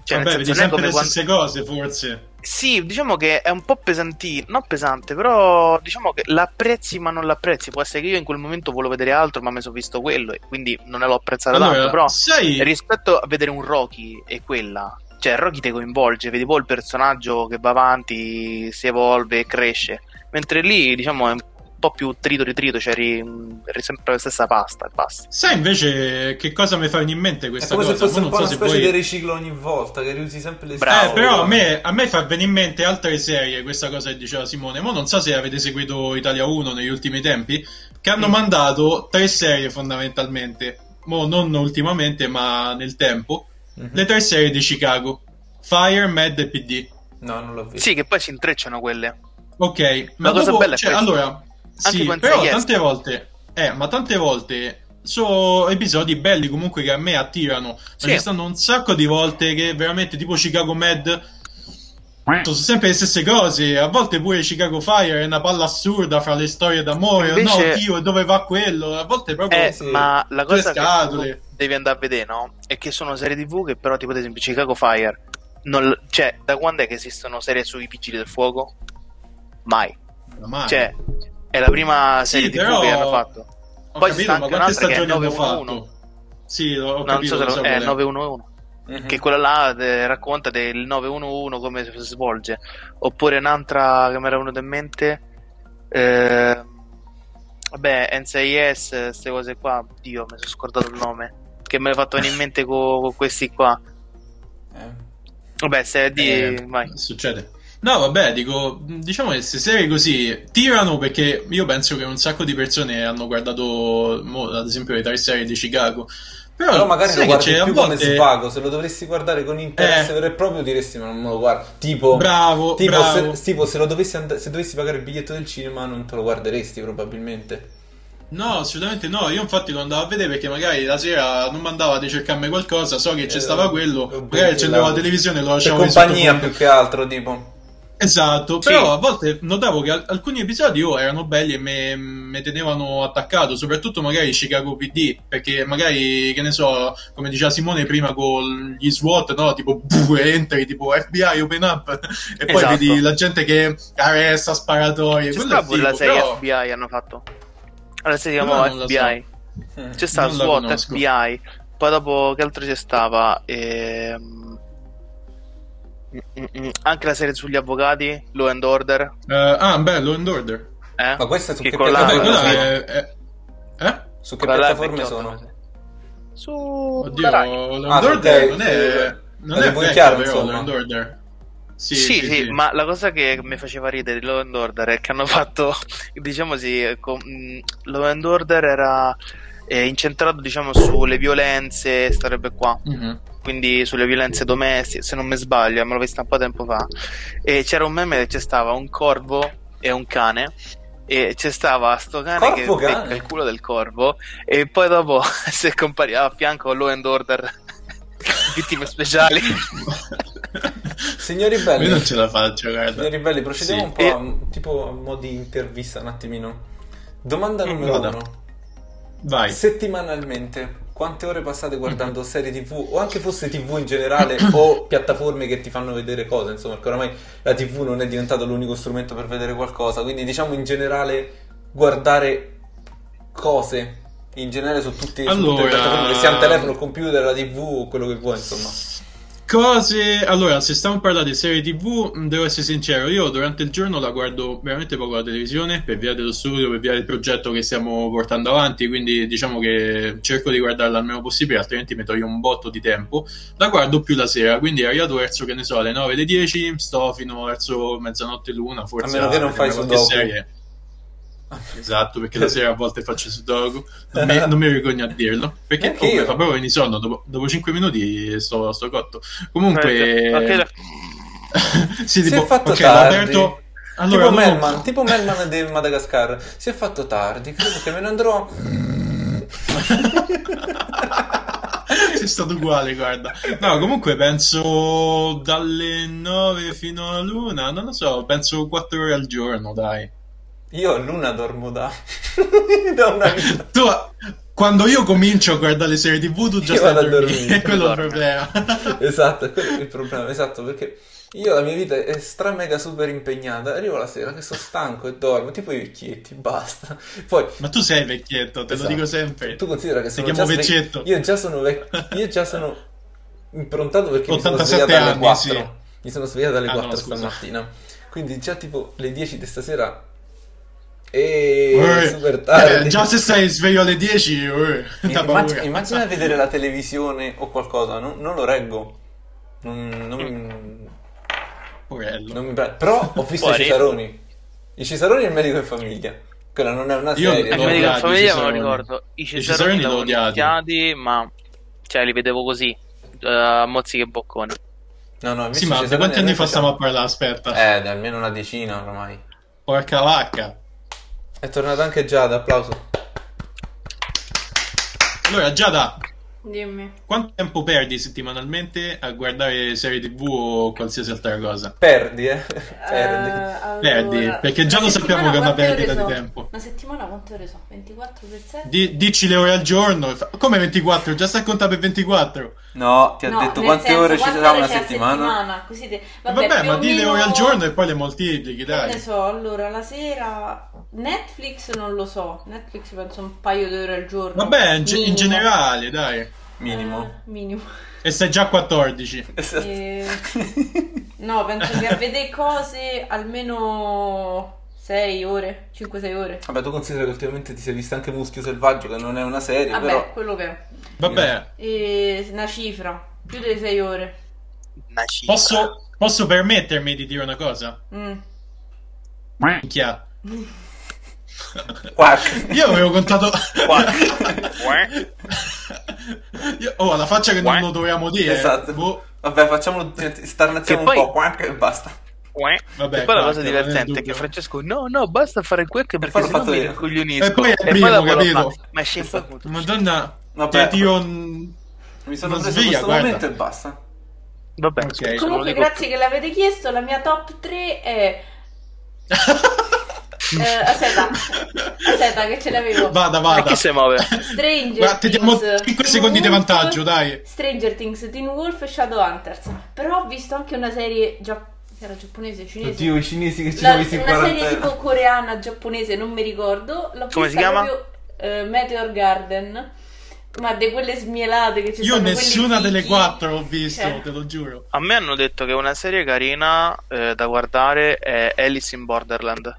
Speaker 2: cioè, nel
Speaker 4: Vabbè,
Speaker 2: senso, non è
Speaker 4: vedi sempre
Speaker 2: come
Speaker 4: le
Speaker 2: quando...
Speaker 4: stesse cose, forse.
Speaker 2: Sì, diciamo che è un po' pesantino, non pesante, però diciamo che l'apprezzi ma non l'apprezzi. Può essere che io in quel momento volevo vedere altro, ma mi sono visto quello e quindi non ne l'ho apprezzato tanto. Però
Speaker 4: sai...
Speaker 2: rispetto a vedere un Rocky e quella, cioè Rocky ti coinvolge, vedi poi il personaggio che va avanti, si evolve, cresce, mentre lì diciamo è un po' più trito ritrito, cioè ri, ri- sempre la stessa pasta e basta.
Speaker 4: Sai invece che cosa mi fa venire in mente
Speaker 3: È
Speaker 4: questa
Speaker 3: come
Speaker 4: cosa?
Speaker 3: se fosse
Speaker 4: Mo
Speaker 3: un
Speaker 4: non
Speaker 3: po'
Speaker 4: so
Speaker 3: una
Speaker 4: se
Speaker 3: specie
Speaker 4: voi-
Speaker 3: di riciclo ogni volta, che riusi sempre le stesse
Speaker 2: Bravo.
Speaker 4: Eh, però a me, a me fa venire in mente altre serie, questa cosa che diceva Simone. Mo non so se avete seguito Italia 1 negli ultimi tempi, che
Speaker 3: Mm.
Speaker 4: hanno mandato tre serie fondamentalmente. Mo non ultimamente, ma nel tempo.
Speaker 3: Mhm.
Speaker 4: Le tre serie di Chicago. Fire, Mad e PD.
Speaker 3: No, non l'ho visto.
Speaker 2: Sì, che poi si intrecciano quelle.
Speaker 4: Ok, ma
Speaker 2: La cosa
Speaker 4: dopo-
Speaker 2: bella è
Speaker 4: cioè,
Speaker 2: questa.
Speaker 4: allora, sì,
Speaker 2: quando
Speaker 4: però
Speaker 2: sei
Speaker 4: tante
Speaker 2: estro.
Speaker 4: volte, eh, ma tante volte sono episodi belli comunque che a me attirano, ma
Speaker 2: Sì.
Speaker 4: ci stanno un sacco di volte che veramente tipo Chicago Med sono sempre le stesse cose, a volte pure Chicago Fire è una palla assurda fra le storie d'amore, o no,
Speaker 2: Invece-
Speaker 4: Dio, dove va quello? A volte proprio
Speaker 2: Eh,
Speaker 3: sì.
Speaker 2: ma la
Speaker 4: Due
Speaker 2: cosa
Speaker 4: scatole.
Speaker 2: che tu devi andare a vedere, no? È che sono serie TV che però, tipo ad esempio Chicago Fire, non l- cioè, da quando è che esistono serie sui vigili del fuoco? Mai.
Speaker 4: Ormai.
Speaker 2: Cioè, è la prima
Speaker 4: Ah. Sì,
Speaker 2: serie TV
Speaker 4: però-
Speaker 2: che hanno fatto.
Speaker 4: ho
Speaker 2: poi ci sta
Speaker 4: capito, ma
Speaker 2: anche
Speaker 4: quante
Speaker 2: un'altra che è
Speaker 4: stagioni hanno
Speaker 2: 911.
Speaker 4: fatto? Sì, ho ho
Speaker 2: No, non
Speaker 4: capito.
Speaker 2: so se
Speaker 4: lo
Speaker 2: lo-
Speaker 4: so
Speaker 2: è
Speaker 4: qual è.
Speaker 2: 911.
Speaker 3: Mhm.
Speaker 2: Che quella là eh, racconta del 911 come si svolge. Oppure un'altra che mi era venuta in mente. eh, vabbè, NCIS, queste cose qua. Dio, mi sono scordato il nome. Che me l'hai fatto venire in mente co- con questi qua.
Speaker 3: Eh.
Speaker 2: Vabbè, se di.
Speaker 4: Eh,
Speaker 2: vai.
Speaker 4: Succede. No, vabbè, dico, diciamo che se serie così tirano perché io penso che un sacco di persone hanno guardato, mo, ad esempio, le tre serie di Chicago. Però,
Speaker 3: Però magari
Speaker 4: sai
Speaker 3: lo guardi
Speaker 4: che c'è, a
Speaker 3: più come
Speaker 4: volte-
Speaker 3: svago, se lo dovresti guardare con interesse
Speaker 4: Eh.
Speaker 3: vero e proprio diresti ma non me lo guardo. Tipo,
Speaker 4: Bravo,
Speaker 3: tipo,
Speaker 4: bravo.
Speaker 3: Se, tipo, se lo dovessi and- se dovessi pagare il biglietto del cinema non te lo guarderesti probabilmente.
Speaker 4: No, assolutamente no. Io infatti lo andavo a vedere perché magari la sera non mandava di cercarmi qualcosa, so che c'è
Speaker 3: Eh,
Speaker 4: stava quello,
Speaker 3: oppure
Speaker 4: magari accendevo la
Speaker 3: la-
Speaker 4: televisione e lo
Speaker 3: Per
Speaker 4: lasciavo lì
Speaker 3: compagnia
Speaker 4: sottofondo.
Speaker 3: più che altro, tipo.
Speaker 4: Esatto,
Speaker 2: Sì.
Speaker 4: però a volte notavo che al- alcuni episodi oh, erano belli e me- mi tenevano attaccato, soprattutto magari Chicago PD, perché magari, che ne so, come diceva Simone prima con gli SWAT, no? tipo buh, entri, tipo FBI, open up, e poi
Speaker 2: Esatto.
Speaker 4: vedi la gente che arresta, sparatorie,
Speaker 2: C'è
Speaker 4: quello
Speaker 2: sta
Speaker 4: è
Speaker 2: pure la
Speaker 4: figo,
Speaker 2: serie
Speaker 4: però-
Speaker 2: FBI hanno fatto. La serie si
Speaker 4: Però
Speaker 2: chiamava
Speaker 4: non la
Speaker 2: FBI.
Speaker 3: Mm.
Speaker 2: C'è stata
Speaker 4: Non la
Speaker 2: SWAT,
Speaker 4: conosco.
Speaker 2: FBI. Poi dopo che altro c'è stava? Ehm, mm, mm, mm, Anche la serie sugli avvocati, Law and Order.
Speaker 4: Eh, ah, bello, and Order.
Speaker 2: eh?
Speaker 3: Ma queste su
Speaker 2: Che
Speaker 3: che
Speaker 2: con la-
Speaker 4: Vabbè,
Speaker 2: Ah,
Speaker 4: quella
Speaker 3: piattaforme sono?
Speaker 4: è- è- Eh?
Speaker 3: Su che
Speaker 2: Quella là è
Speaker 3: piattaforme
Speaker 2: 28,
Speaker 3: sono?
Speaker 2: mi sa. Su
Speaker 4: Oddio,
Speaker 2: Rai.
Speaker 4: Land
Speaker 3: Ah,
Speaker 4: Order
Speaker 3: ok,
Speaker 4: non è,
Speaker 3: sì.
Speaker 4: non
Speaker 3: Vabbè,
Speaker 4: è
Speaker 3: poi
Speaker 4: vecchia,
Speaker 3: chiaro,
Speaker 4: però,
Speaker 3: insomma.
Speaker 4: Land Order. Sì,
Speaker 2: Sì, sì, ma la cosa che mi faceva ridere di Law and Order è che hanno fatto, diciamo sì, con, mh, Law and Order era eh, incentrato diciamo sulle violenze, starebbe qua,
Speaker 4: Mhm.
Speaker 2: quindi sulle violenze domestiche, se non mi sbaglio, me l'ho vista un po' tempo fa, e c'era un meme che c'è stava un corvo e un cane, e c'è stava sto cane
Speaker 3: Corvo
Speaker 2: che
Speaker 3: cane?
Speaker 2: becca il culo del corvo, e poi dopo se compariva a fianco Law and Order, vittime speciali.
Speaker 3: Signori belli.
Speaker 4: Io non ce la faccio, guarda.
Speaker 3: Signori belli, procediamo
Speaker 4: Sì.
Speaker 3: un po' a- tipo a mo' di intervista un attimino. Domanda
Speaker 2: Mm,
Speaker 3: numero
Speaker 4: vada.
Speaker 3: uno.
Speaker 4: Vai. Mhm.
Speaker 3: Settimanalmente, quante ore passate guardando serie TV o anche fosse TV in generale o piattaforme che ti fanno vedere cose, insomma, perché oramai la TV non è diventato l'unico strumento per vedere qualcosa, quindi diciamo in generale guardare cose in generale su, tutti, su tutte le
Speaker 4: Allora-
Speaker 3: piattaforme, che sia il telefono, il computer, la TV o quello che vuoi, insomma.
Speaker 4: Cose... Allora, se stiamo parlando di serie TV, mh, devo essere sincero, io durante il giorno la guardo veramente poco la televisione, per via dello studio, per via del progetto che stiamo portando avanti, quindi diciamo che cerco di guardarla al meno possibile, altrimenti mi toglio un botto di tempo. La guardo più la sera, quindi arrivato verso, che ne so, alle 9, alle 10, sto fino verso mezzanotte l'una, forse
Speaker 3: A meno che non
Speaker 4: a
Speaker 3: fai
Speaker 4: vedere
Speaker 3: sudoku.
Speaker 4: qualche serie. Esatto, perché la sera a volte faccio sudoku, non mi, non mi vergogno a dirlo, perché
Speaker 3: Neanche
Speaker 4: oh, mi
Speaker 3: io.
Speaker 4: fa proprio venire sonno, dopo, dopo 5 minuti sto, sto cotto.
Speaker 2: Anche
Speaker 4: Comunque, eh,
Speaker 2: la-
Speaker 4: sì,
Speaker 3: si
Speaker 4: tipo,
Speaker 3: è fatto
Speaker 4: ok, l'ho
Speaker 3: tardi.
Speaker 4: aperto. Allora,
Speaker 3: tipo,
Speaker 4: no,
Speaker 3: Melman, tipo Melman del Madagascar. Si è fatto tardi, credo che me ne andrò.
Speaker 4: sei stato uguale, guarda. No, comunque penso dalle 9 fino alla luna, non lo so, penso 4 ore al giorno, dai.
Speaker 3: Io a luna dormo da, da una vita.
Speaker 4: Tu, quando io comincio a guardare le serie TV, tu già
Speaker 3: Io
Speaker 4: stai
Speaker 3: vado a
Speaker 4: dormendo,
Speaker 3: dormire.
Speaker 4: quello è il problema.
Speaker 3: Esatto, quello è il problema, esatto, perché io la mia vita è stra mega super impegnata. Arrivo la sera che sono stanco e dormo, tipo i vecchietti, basta. Poi
Speaker 4: Ma tu sei vecchietto, te
Speaker 3: Esatto.
Speaker 4: lo dico sempre.
Speaker 3: tu considera che sono
Speaker 4: chiamo
Speaker 3: già sve-
Speaker 4: vecchietto.
Speaker 3: Io già sono vecchio, io già sono improntato perché mi sono
Speaker 4: 87
Speaker 3: svegliato alle
Speaker 4: anni,
Speaker 3: 4.
Speaker 4: sì.
Speaker 3: Mi sono svegliato alle
Speaker 4: Ah, no,
Speaker 3: 4
Speaker 4: scusa.
Speaker 3: stamattina. Quindi già tipo le 10 di stasera e
Speaker 4: Eh,
Speaker 3: super tardi.
Speaker 4: eh, già se stai sveglio alle 10, eh, da
Speaker 3: Immag-
Speaker 4: paura.
Speaker 3: immagina vedere la televisione o qualcosa, non, non lo reggo. Non,
Speaker 4: Mm.
Speaker 3: non-
Speaker 4: Porello.
Speaker 3: non mi piace. Però ho visto
Speaker 2: Fuori.
Speaker 3: i Cesaroni. I Cesaroni e il medico in famiglia. Quella non è una
Speaker 4: Io-
Speaker 3: serie. cioè,
Speaker 2: Eh,
Speaker 4: Lo
Speaker 2: me li-
Speaker 4: odiavo,
Speaker 2: la famiglia me lo
Speaker 4: Cesaroni.
Speaker 2: ricordo. I
Speaker 4: I
Speaker 2: Cesaroni
Speaker 4: Cesaroni
Speaker 2: li
Speaker 4: lo
Speaker 2: avevo
Speaker 4: odiavo.
Speaker 2: iniziati, ma cioè, li vedevo così, eh, a mozziche e bocconi.
Speaker 3: No, no, invece
Speaker 4: Sì,
Speaker 3: i
Speaker 4: ma da
Speaker 3: Cesaroni
Speaker 4: quanti
Speaker 3: a
Speaker 4: anni
Speaker 3: noi
Speaker 4: fa stiamo
Speaker 3: facciamo-
Speaker 4: a parlare? Aspetta.
Speaker 3: Eh, da almeno una decina ormai.
Speaker 4: Porca vacca.
Speaker 3: È tornata anche Giada, applauso.
Speaker 4: Allora, Giada,
Speaker 5: Dimmi.
Speaker 4: Quanto tempo perdi settimanalmente a guardare serie TV o qualsiasi altra cosa?
Speaker 3: Perdi, eh. Perdi.
Speaker 5: Eh,
Speaker 4: Perdi,
Speaker 5: allora,
Speaker 4: perché già
Speaker 5: una
Speaker 4: lo sappiamo
Speaker 5: settimana
Speaker 4: che è una
Speaker 5: quante ore
Speaker 4: perdita di
Speaker 5: so?
Speaker 4: tempo.
Speaker 5: Una settimana quante ore so? 24 per 7?
Speaker 4: Di- dici le ore al giorno, e fa- come 24? Già sta contando per 24.
Speaker 3: No, ti ha
Speaker 5: No,
Speaker 3: detto
Speaker 5: nel
Speaker 3: quante
Speaker 5: senso,
Speaker 3: ore ci
Speaker 5: quante
Speaker 3: sarà
Speaker 5: ore
Speaker 3: una
Speaker 5: c'è a
Speaker 3: settimana?
Speaker 5: Così te-
Speaker 4: E
Speaker 5: Vabbè,
Speaker 4: Vabbè,
Speaker 5: più
Speaker 4: ma
Speaker 5: o
Speaker 4: di le
Speaker 5: meno-
Speaker 4: ore al giorno e poi le moltiplichi,
Speaker 5: Che ne
Speaker 4: dai.
Speaker 5: so, allora la sera Netflix non lo so, Netflix penso un paio di ore al giorno.
Speaker 4: Vabbè, in, ge- in
Speaker 5: Minimo.
Speaker 4: generale, dai.
Speaker 3: Minimo.
Speaker 5: Eh, minimo.
Speaker 4: E sei già a 14.
Speaker 3: Esatto.
Speaker 5: Eh, no, penso che a vedere cose almeno 6 ore, 5-6 ore.
Speaker 3: Vabbè, tu consideri che ultimamente ti sei vista anche Muschio Selvaggio, che non è una serie,
Speaker 5: Vabbè,
Speaker 3: Eh, però...
Speaker 5: quello che è.
Speaker 4: Vabbè,
Speaker 5: E una cifra, più di 6 ore.
Speaker 2: Una cifra.
Speaker 4: posso, posso permettermi di dire una cosa?
Speaker 5: Mm.
Speaker 4: Minchia.
Speaker 5: Eh,
Speaker 3: Quack.
Speaker 4: Io avevo contato...
Speaker 2: Quack.
Speaker 4: Io- oh, la faccia che non
Speaker 2: Quack.
Speaker 4: lo dovevamo dire.
Speaker 3: Esatto.
Speaker 4: Boh,
Speaker 3: Vabbè, facciamolo cioè, starnazziamo
Speaker 2: Che poi-
Speaker 3: un po', quack e basta.
Speaker 2: Uè.
Speaker 4: Vabbè, eh,
Speaker 2: e poi la
Speaker 4: qua,
Speaker 2: cosa
Speaker 4: Esatto, non è
Speaker 2: divertente è
Speaker 4: dubbio.
Speaker 2: che Francesco, no, no, basta fare quel che perché
Speaker 3: poi l'ho
Speaker 2: sennò
Speaker 3: fatto
Speaker 2: mi
Speaker 3: io.
Speaker 2: rincoglionisco.
Speaker 4: E poi è il primo,
Speaker 2: dopo lo
Speaker 4: capito?
Speaker 2: fa. Ma è scemo appunto.
Speaker 4: Madonna,
Speaker 3: Vabbè.
Speaker 4: te io...
Speaker 3: Mi sono
Speaker 4: Non
Speaker 3: preso
Speaker 4: sveglia,
Speaker 3: questo
Speaker 4: guarda.
Speaker 3: momento e basta.
Speaker 2: Vabbè,
Speaker 4: Ok.
Speaker 2: scusa, non lo
Speaker 5: Comunque,
Speaker 2: dico
Speaker 5: grazie
Speaker 2: più.
Speaker 5: che l'avete chiesto. La mia top 3 è. Eh, aspetta, aspetta, che ce l'avevo.
Speaker 4: Vada,
Speaker 2: E
Speaker 4: vada.
Speaker 2: chi si muove?
Speaker 5: Stranger
Speaker 4: Guarda, ti diamo
Speaker 5: Things,
Speaker 4: 5
Speaker 5: Teen
Speaker 4: secondi di
Speaker 5: Wolf,
Speaker 4: vantaggio, dai.
Speaker 5: Stranger Things, Teen Wolf e Shadowhunters. Però ho visto anche una serie gia- era giapponese, cinese.
Speaker 3: Oddio, i cinesi che ci
Speaker 5: La-
Speaker 3: sono visti in
Speaker 5: una serie
Speaker 3: quarantena.
Speaker 5: tipo coreana, giapponese, non mi ricordo. L'ho
Speaker 2: Come
Speaker 5: vista
Speaker 2: si chiama?
Speaker 5: proprio, eh, Meteor Garden. Ma di quelle smielate che ci
Speaker 4: Io
Speaker 5: sono quelli
Speaker 4: nessuna delle
Speaker 5: fichi.
Speaker 4: quattro ho visto,
Speaker 5: Cioè,
Speaker 4: te lo giuro.
Speaker 2: A me hanno detto che una serie carina eh, da guardare è Alice in Borderland.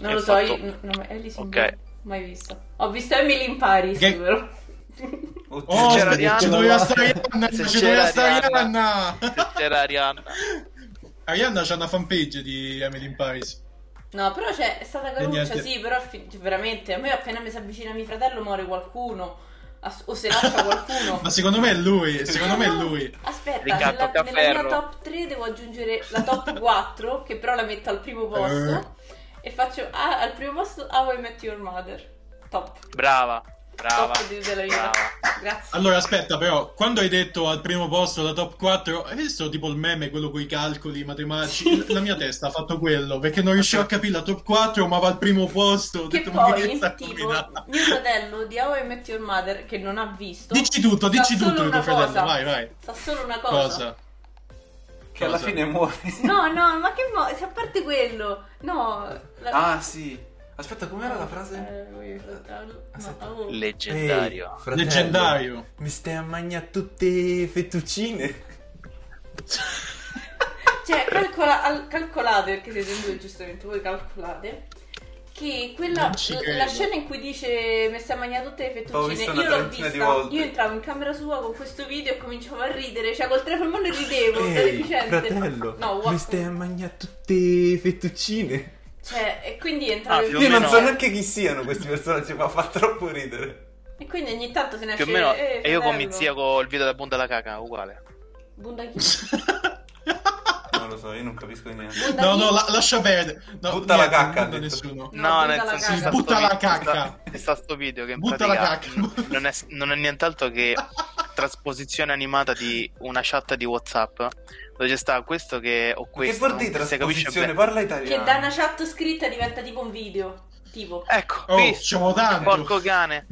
Speaker 5: non
Speaker 2: è
Speaker 5: lo so,
Speaker 2: fatto-
Speaker 5: io no, no, Alice
Speaker 2: Ok.
Speaker 5: in Borderland, mai visto. Ho visto Emily in Paris,
Speaker 4: Che-
Speaker 5: però.
Speaker 3: Oddio,
Speaker 4: Oh,
Speaker 2: c'era
Speaker 4: aspetta, ci
Speaker 2: Arianna.
Speaker 4: doveva stare Arianna,
Speaker 2: Se
Speaker 4: ci
Speaker 2: c'era
Speaker 4: doveva stare
Speaker 2: Arianna.
Speaker 4: Arianna.
Speaker 2: C'era Arianna.
Speaker 4: Arianna c'ha una fanpage di Emily in Paris.
Speaker 5: No, però c'è è stata caruccia,
Speaker 4: niente.
Speaker 5: sì, però fi- cioè, veramente a me appena mi si avvicina mio fratello muore qualcuno. ass- o se lascia qualcuno.
Speaker 4: Ma secondo me è lui, secondo me è
Speaker 5: No, no,
Speaker 4: lui.
Speaker 5: Aspetta,
Speaker 2: Riccardo
Speaker 5: nella, nella mia
Speaker 2: Cafferro.
Speaker 5: top 3 devo aggiungere la top 4, che però la metto al
Speaker 4: Eh.
Speaker 5: primo posto. e faccio ah, al primo posto How I Met Your Mother. Top.
Speaker 2: Brava, brava.
Speaker 5: top di- della mia.
Speaker 2: brava.
Speaker 5: Grazie.
Speaker 4: Allora, aspetta, però, quando hai detto al primo posto la top 4, hai visto tipo il meme, quello con i calcoli matematici? La mia testa ha fatto quello, perché non riuscivo a capire la top 4, ma va al primo posto. Ho
Speaker 5: che
Speaker 4: detto, ma
Speaker 5: poi,
Speaker 4: che sta
Speaker 5: tipo,
Speaker 4: combinando?
Speaker 5: mio fratello di How I Met Your Mother, che non ha visto,
Speaker 4: Dici tutto, dici
Speaker 5: Sa
Speaker 4: tutto di
Speaker 5: solo
Speaker 4: tuo
Speaker 5: una
Speaker 4: fratello,
Speaker 5: cosa.
Speaker 4: vai, vai.
Speaker 5: sa solo una
Speaker 4: Cosa?
Speaker 3: che alla
Speaker 4: cosa?
Speaker 3: fine muore.
Speaker 5: No, no, ma che mo... Se a parte quello... No... La...
Speaker 3: Ah, sì. Aspetta, com'era la frase?
Speaker 5: Eh, voglio fratello, no, oh.
Speaker 2: Leggendario.
Speaker 3: Ehi, fratello,
Speaker 4: Leggendario.
Speaker 3: Mi stai a mangiare tutte fettuccine.
Speaker 5: Cioè, calcola- al- calcolate, perché siete in due giustamente, voi calcolate, che quella,
Speaker 4: Non ci
Speaker 5: l-
Speaker 4: credo.
Speaker 5: la scena in cui dice mi stai mangiando tutte le
Speaker 3: L'ho
Speaker 5: fettuccine,
Speaker 3: vista una
Speaker 5: io l'ho
Speaker 3: trentina
Speaker 5: vista,
Speaker 3: di volte.
Speaker 5: io entravo in camera sua con questo video e cominciavo a ridere, cioè col telefono in mano ridevo,
Speaker 3: Ehi,
Speaker 5: terrificante.
Speaker 3: fratello,
Speaker 5: No,
Speaker 3: mi
Speaker 5: guarda,
Speaker 3: stai a mangiare tutte fettuccine.
Speaker 5: cioè, e quindi entravo
Speaker 2: Ah,
Speaker 5: in
Speaker 2: più o
Speaker 3: Io non
Speaker 2: meno-
Speaker 3: so neanche chi siano questi personaggi, ma fa troppo ridere.
Speaker 5: E quindi ogni tanto se ne esce,
Speaker 2: Più o meno,
Speaker 5: eh,
Speaker 2: e io con mia
Speaker 5: fratello,
Speaker 2: zia col video della bunda alla caca, uguale.
Speaker 5: Bunda chi?
Speaker 3: Non lo so, io non capisco niente.
Speaker 5: Bunda
Speaker 4: No,
Speaker 5: chi?
Speaker 4: no, la- lascia perdere. No,
Speaker 3: Butta la
Speaker 4: niente,
Speaker 3: cacca,
Speaker 4: non
Speaker 3: ha
Speaker 4: da
Speaker 3: detto.
Speaker 4: nessuno.
Speaker 5: No,
Speaker 2: No,
Speaker 5: butta
Speaker 2: nel
Speaker 5: la
Speaker 2: senso
Speaker 5: cacca.
Speaker 2: ci sta
Speaker 4: Butta
Speaker 2: sto
Speaker 4: la
Speaker 2: vi- ci sta-
Speaker 4: cacca.
Speaker 2: ci sta sto video che in
Speaker 4: Butta la
Speaker 2: pratica
Speaker 4: cacca.
Speaker 2: n- non è, non è nient'altro che trasposizione animata di una chat di Whatsapp dove c'è sta questo che o
Speaker 3: Che
Speaker 2: questo
Speaker 3: vuol dire
Speaker 2: non si capisce
Speaker 3: trasposizione?
Speaker 2: bene.
Speaker 3: Parla
Speaker 5: Che da
Speaker 3: italiano.
Speaker 5: una chat scritta diventa tipo un video, tipo...
Speaker 2: Ecco,
Speaker 4: Oh,
Speaker 2: visto,
Speaker 4: siamo tanto.
Speaker 2: porco cane.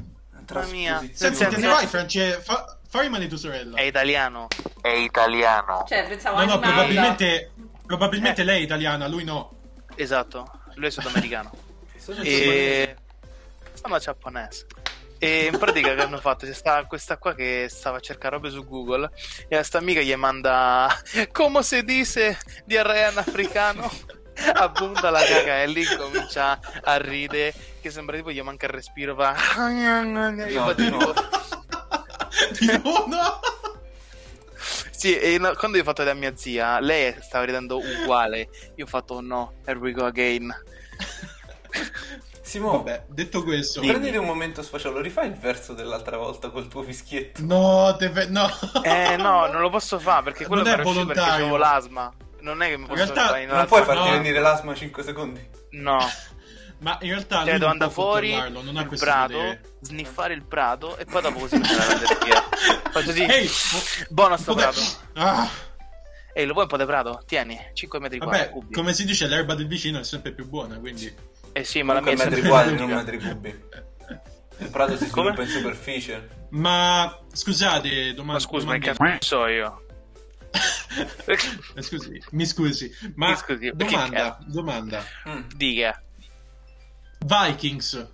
Speaker 2: Mamma mia.
Speaker 3: Trasposizione.
Speaker 4: Senti, te ne
Speaker 2: Senza-
Speaker 4: vai, France? Fa, fa rimane tua sorella.
Speaker 5: Eh,
Speaker 2: È italiano. È italiano.
Speaker 5: Cioè, pensavo
Speaker 4: No, no,
Speaker 5: animale.
Speaker 4: probabilmente,
Speaker 5: Eh.
Speaker 4: probabilmente lei è italiana, lui no.
Speaker 2: Esatto, lui è sudamericano.
Speaker 3: Sono
Speaker 2: e... Sono giapponese. E in pratica che hanno fatto? C'è sta questa qua che stava a cercare robe su Google e la sta amica gli manda come si dice diarrea in africano? Abbonda la caga e lì comincia a ridere che sembra tipo gli manca il respiro fa... E fa
Speaker 3: di
Speaker 2: tipo-
Speaker 3: nuovo.
Speaker 4: Di nuovo no.
Speaker 2: Sì, e no- quando io ho fatto da mia zia, lei stava ridendo uguale. Io ho fatto "Oh no, here we go again.
Speaker 3: Simone,
Speaker 4: Vabbè, detto questo,
Speaker 3: prenditi un momento sfasciolo, rifai il verso dell'altra volta col tuo fischietto.
Speaker 4: no, deve- no.
Speaker 2: Eh no, non lo posso fare perché quello
Speaker 4: Non
Speaker 2: mi
Speaker 4: è
Speaker 2: era uscito perché
Speaker 4: volontario.
Speaker 2: avevo l'asma. Non è che mi
Speaker 4: In
Speaker 2: posso
Speaker 4: realtà
Speaker 2: fare in
Speaker 3: Non puoi
Speaker 2: altra-
Speaker 3: farti
Speaker 4: no.
Speaker 3: venire l'asma 5 secondi.
Speaker 2: No.
Speaker 4: Ma in realtà
Speaker 2: Cioè,
Speaker 4: lui
Speaker 2: devo
Speaker 4: Ah, non può
Speaker 2: andare fuori
Speaker 4: controllarlo, non ha
Speaker 2: il
Speaker 4: questo
Speaker 2: prato,
Speaker 4: potere.
Speaker 2: sniffare il prato e poi dopo così mi la batteria. Faccio così.
Speaker 4: Ehi,
Speaker 2: buono sto
Speaker 4: Pote-
Speaker 2: prato.
Speaker 4: Ah,
Speaker 2: Ehi, lo vuoi un po' di prato? Tieni, 5 metri
Speaker 4: vabbè,
Speaker 2: cubi.
Speaker 4: come si dice, l'erba del vicino è sempre più buona, quindi...
Speaker 2: Eh sì, ma la mia
Speaker 3: Comunque
Speaker 2: è
Speaker 3: metri
Speaker 2: sempre
Speaker 3: quadri,
Speaker 2: più
Speaker 3: non
Speaker 2: lunga.
Speaker 3: metri cubi. Il prato si
Speaker 2: Come?
Speaker 3: sviluppa in superficie.
Speaker 4: Ma scusate, domanda...
Speaker 2: Ma scusa, ma che
Speaker 4: domandina.
Speaker 2: cazzo so io?
Speaker 4: Eh, Scusi, mi scusi, ma
Speaker 2: Mi scusi, perché
Speaker 4: domanda, domanda.
Speaker 3: Mm.
Speaker 2: Dica,
Speaker 4: Vikings,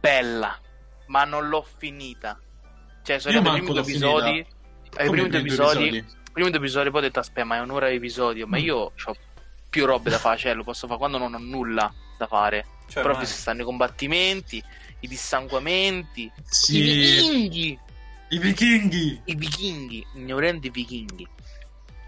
Speaker 2: bella, ma non l'ho finita. Cioè, sono
Speaker 4: Io
Speaker 2: arrivato ai
Speaker 4: manco
Speaker 2: primi due
Speaker 4: l'ho
Speaker 2: episodi. Ai primi due
Speaker 4: Come i primi due
Speaker 2: episodi.
Speaker 4: episodi?
Speaker 2: i primi due episodi, poi ho detto, aspetta, ma è un'ora di episodio.
Speaker 3: Mm.
Speaker 2: Ma io ho più robe da fare, cioè, lo posso fare quando non ho nulla da fare.
Speaker 3: Cioè,
Speaker 2: Però ho
Speaker 3: ormai-
Speaker 2: visto che stanno i combattimenti, i dissanguamenti, i
Speaker 4: sì,
Speaker 2: vichinghi,
Speaker 4: i vichinghi.
Speaker 2: i vichinghi, ignorandi vichinghi,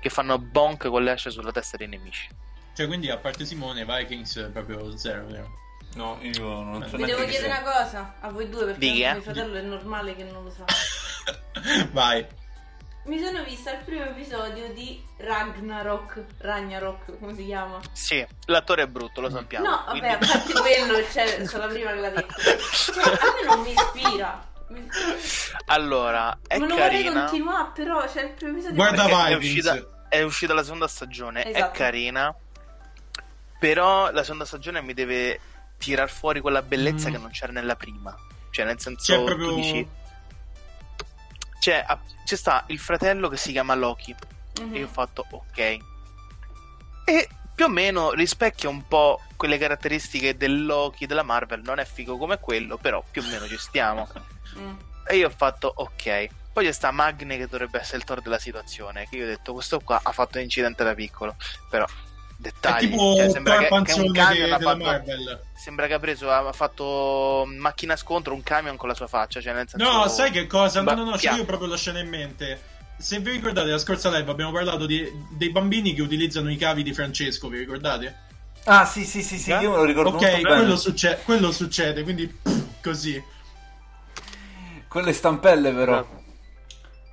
Speaker 2: che fanno bonk con le asce sulla testa dei nemici.
Speaker 4: Cioè, quindi a parte Simone, Vikings è proprio zero, vero?
Speaker 3: No, io non so
Speaker 5: Vi devo
Speaker 3: neanche che
Speaker 5: chiedere una
Speaker 3: sia.
Speaker 5: cosa a voi due perché
Speaker 2: Dica.
Speaker 5: mio fratello è normale che non lo sa.
Speaker 4: Vai.
Speaker 5: Mi sono vista il primo episodio di Ragnarok, Ragnarok, come si chiama?
Speaker 2: Sì, l'attore è brutto, lo sappiamo.
Speaker 5: No, vabbè, a
Speaker 2: quindi-
Speaker 5: parte quello, cioè, sono la prima che l'ha detto. Cioè, a me non mi ispira. Mi-
Speaker 2: Allora, è
Speaker 5: Ma non vorrei
Speaker 2: carina.
Speaker 5: continuare, però, cioè, il primo episodio...
Speaker 4: Guarda
Speaker 2: perché
Speaker 4: vai,
Speaker 2: è uscita,
Speaker 4: Vince.
Speaker 2: è uscita la seconda stagione, è
Speaker 5: Esatto.
Speaker 2: carina, però la seconda stagione mi deve tirar fuori quella bellezza
Speaker 4: Mm.
Speaker 2: che non c'era nella prima. Cioè, nel senso,
Speaker 4: C'è
Speaker 2: tu dici...
Speaker 4: proprio...
Speaker 2: Cioè, a- c'è sta il fratello che si chiama Loki,
Speaker 5: Mhm.
Speaker 2: e io ho fatto ok. E più o meno rispecchia un po' quelle caratteristiche del Loki della Marvel, non è figo come quello, però più o meno ci stiamo.
Speaker 5: Mm.
Speaker 2: E io ho fatto ok. Poi c'è sta Magne che dovrebbe essere il Thor della situazione. Che io ho detto, questo qua ha fatto un incidente da piccolo. Però,
Speaker 4: È
Speaker 2: dettagli.
Speaker 4: tipo
Speaker 2: cioè,
Speaker 4: un
Speaker 2: sembra che, che
Speaker 4: panzone
Speaker 2: un camion
Speaker 4: della
Speaker 2: ha fatto.
Speaker 4: Marvel.
Speaker 2: Sembra che ha preso, ha fatto macchina scontro un camion con la sua faccia. Cioè, nel senso,
Speaker 4: No, sai che cosa? No,
Speaker 2: Ba-
Speaker 4: no, no, c'ho
Speaker 2: chiaro.
Speaker 4: io proprio la scena in mente. Se vi ricordate, la scorsa live abbiamo parlato di- dei bambini che utilizzano i cavi di Francesco, vi ricordate?
Speaker 3: Ah, sì, sì, sì, sì, io me lo ricordo
Speaker 4: ok,
Speaker 3: molto bene.
Speaker 4: quello, succe- quello succede, quindi pff, così.
Speaker 3: Quelle stampelle però.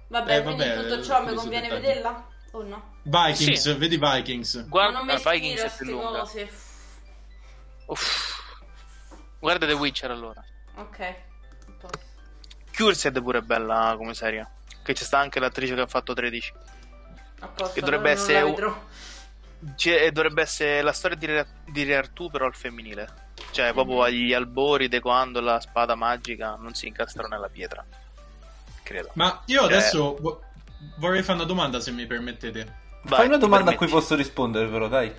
Speaker 5: Vabbè,
Speaker 4: Eh,
Speaker 5: quindi
Speaker 4: vabbè,
Speaker 5: tutto ciò mi
Speaker 4: questo
Speaker 5: conviene
Speaker 4: dettaglio.
Speaker 5: vederla? O no?
Speaker 4: Vikings,
Speaker 2: Sì.
Speaker 4: vedi Vikings.
Speaker 5: Ma
Speaker 2: Guarda,
Speaker 5: non mi
Speaker 2: ah, Vikings
Speaker 5: ispira
Speaker 2: è più
Speaker 5: queste
Speaker 2: lunga.
Speaker 5: cose.
Speaker 2: Uff. Guarda The Witcher allora.
Speaker 5: Ok. Posso.
Speaker 2: Cursed è pure bella come serie. Che c'è sta anche l'attrice che ha fatto 13.
Speaker 5: A posto,
Speaker 2: Che dovrebbe
Speaker 5: allora non
Speaker 2: essere
Speaker 5: la
Speaker 2: un-
Speaker 5: vedrò.
Speaker 2: C'è- Cioè, eh, dovrebbe essere la storia di, Re- di Re Artù, però al femminile. Cioè, proprio agli albori di quando la spada magica non si incastrò nella pietra. Credo.
Speaker 4: Ma io
Speaker 2: Cioè-
Speaker 4: adesso vo- vorrei fare una domanda, se mi permettete.
Speaker 2: Vai,
Speaker 3: Fai una
Speaker 2: ti
Speaker 3: domanda a
Speaker 2: permetti.
Speaker 3: cui posso rispondere però, dai.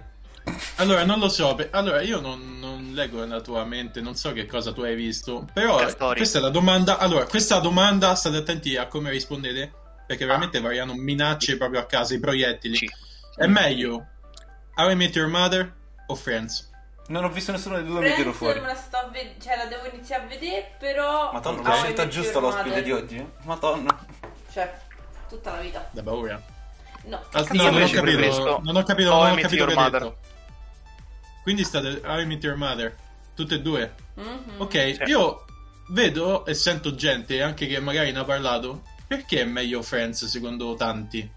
Speaker 4: Allora, non lo so. pe- allora, io non, non leggo nella tua mente, non so che cosa tu hai visto. Però,
Speaker 2: Castori.
Speaker 4: questa è la domanda. Allora, questa domanda, state attenti a come rispondete. Perché veramente variano minacce proprio a casa, i proiettili.
Speaker 2: Ah. Sì.
Speaker 4: È meglio How I Met Your Mother o Friends?
Speaker 3: Non ho visto nessuno dei due, mi tiro
Speaker 5: Friends
Speaker 3: fuori.
Speaker 5: me la sto a ved- cioè la devo iniziare a vedere, però...
Speaker 3: Madonna,
Speaker 5: Ah,
Speaker 3: l'ho scelta
Speaker 5: How I Met
Speaker 3: giusta
Speaker 5: Your
Speaker 3: l'ospite
Speaker 5: Mother.
Speaker 3: di oggi. eh? Madonna.
Speaker 5: Cioè, tutta la vita.
Speaker 4: Da paura.
Speaker 5: No.
Speaker 4: Ah,
Speaker 2: Io
Speaker 4: no, non ho
Speaker 2: invece
Speaker 4: capito.
Speaker 2: preferisco
Speaker 4: Non ho capito,
Speaker 2: How I
Speaker 4: non ho
Speaker 2: Met
Speaker 4: capito
Speaker 2: Your
Speaker 4: che hai
Speaker 2: Mother.
Speaker 4: detto. Quindi state How I Met Your Mother. Tutte e due.
Speaker 5: Mhm.
Speaker 4: Ok,
Speaker 2: Mm, Sì.
Speaker 4: io vedo e sento gente anche che magari ne ha parlato. Perché è meglio Friends secondo tanti?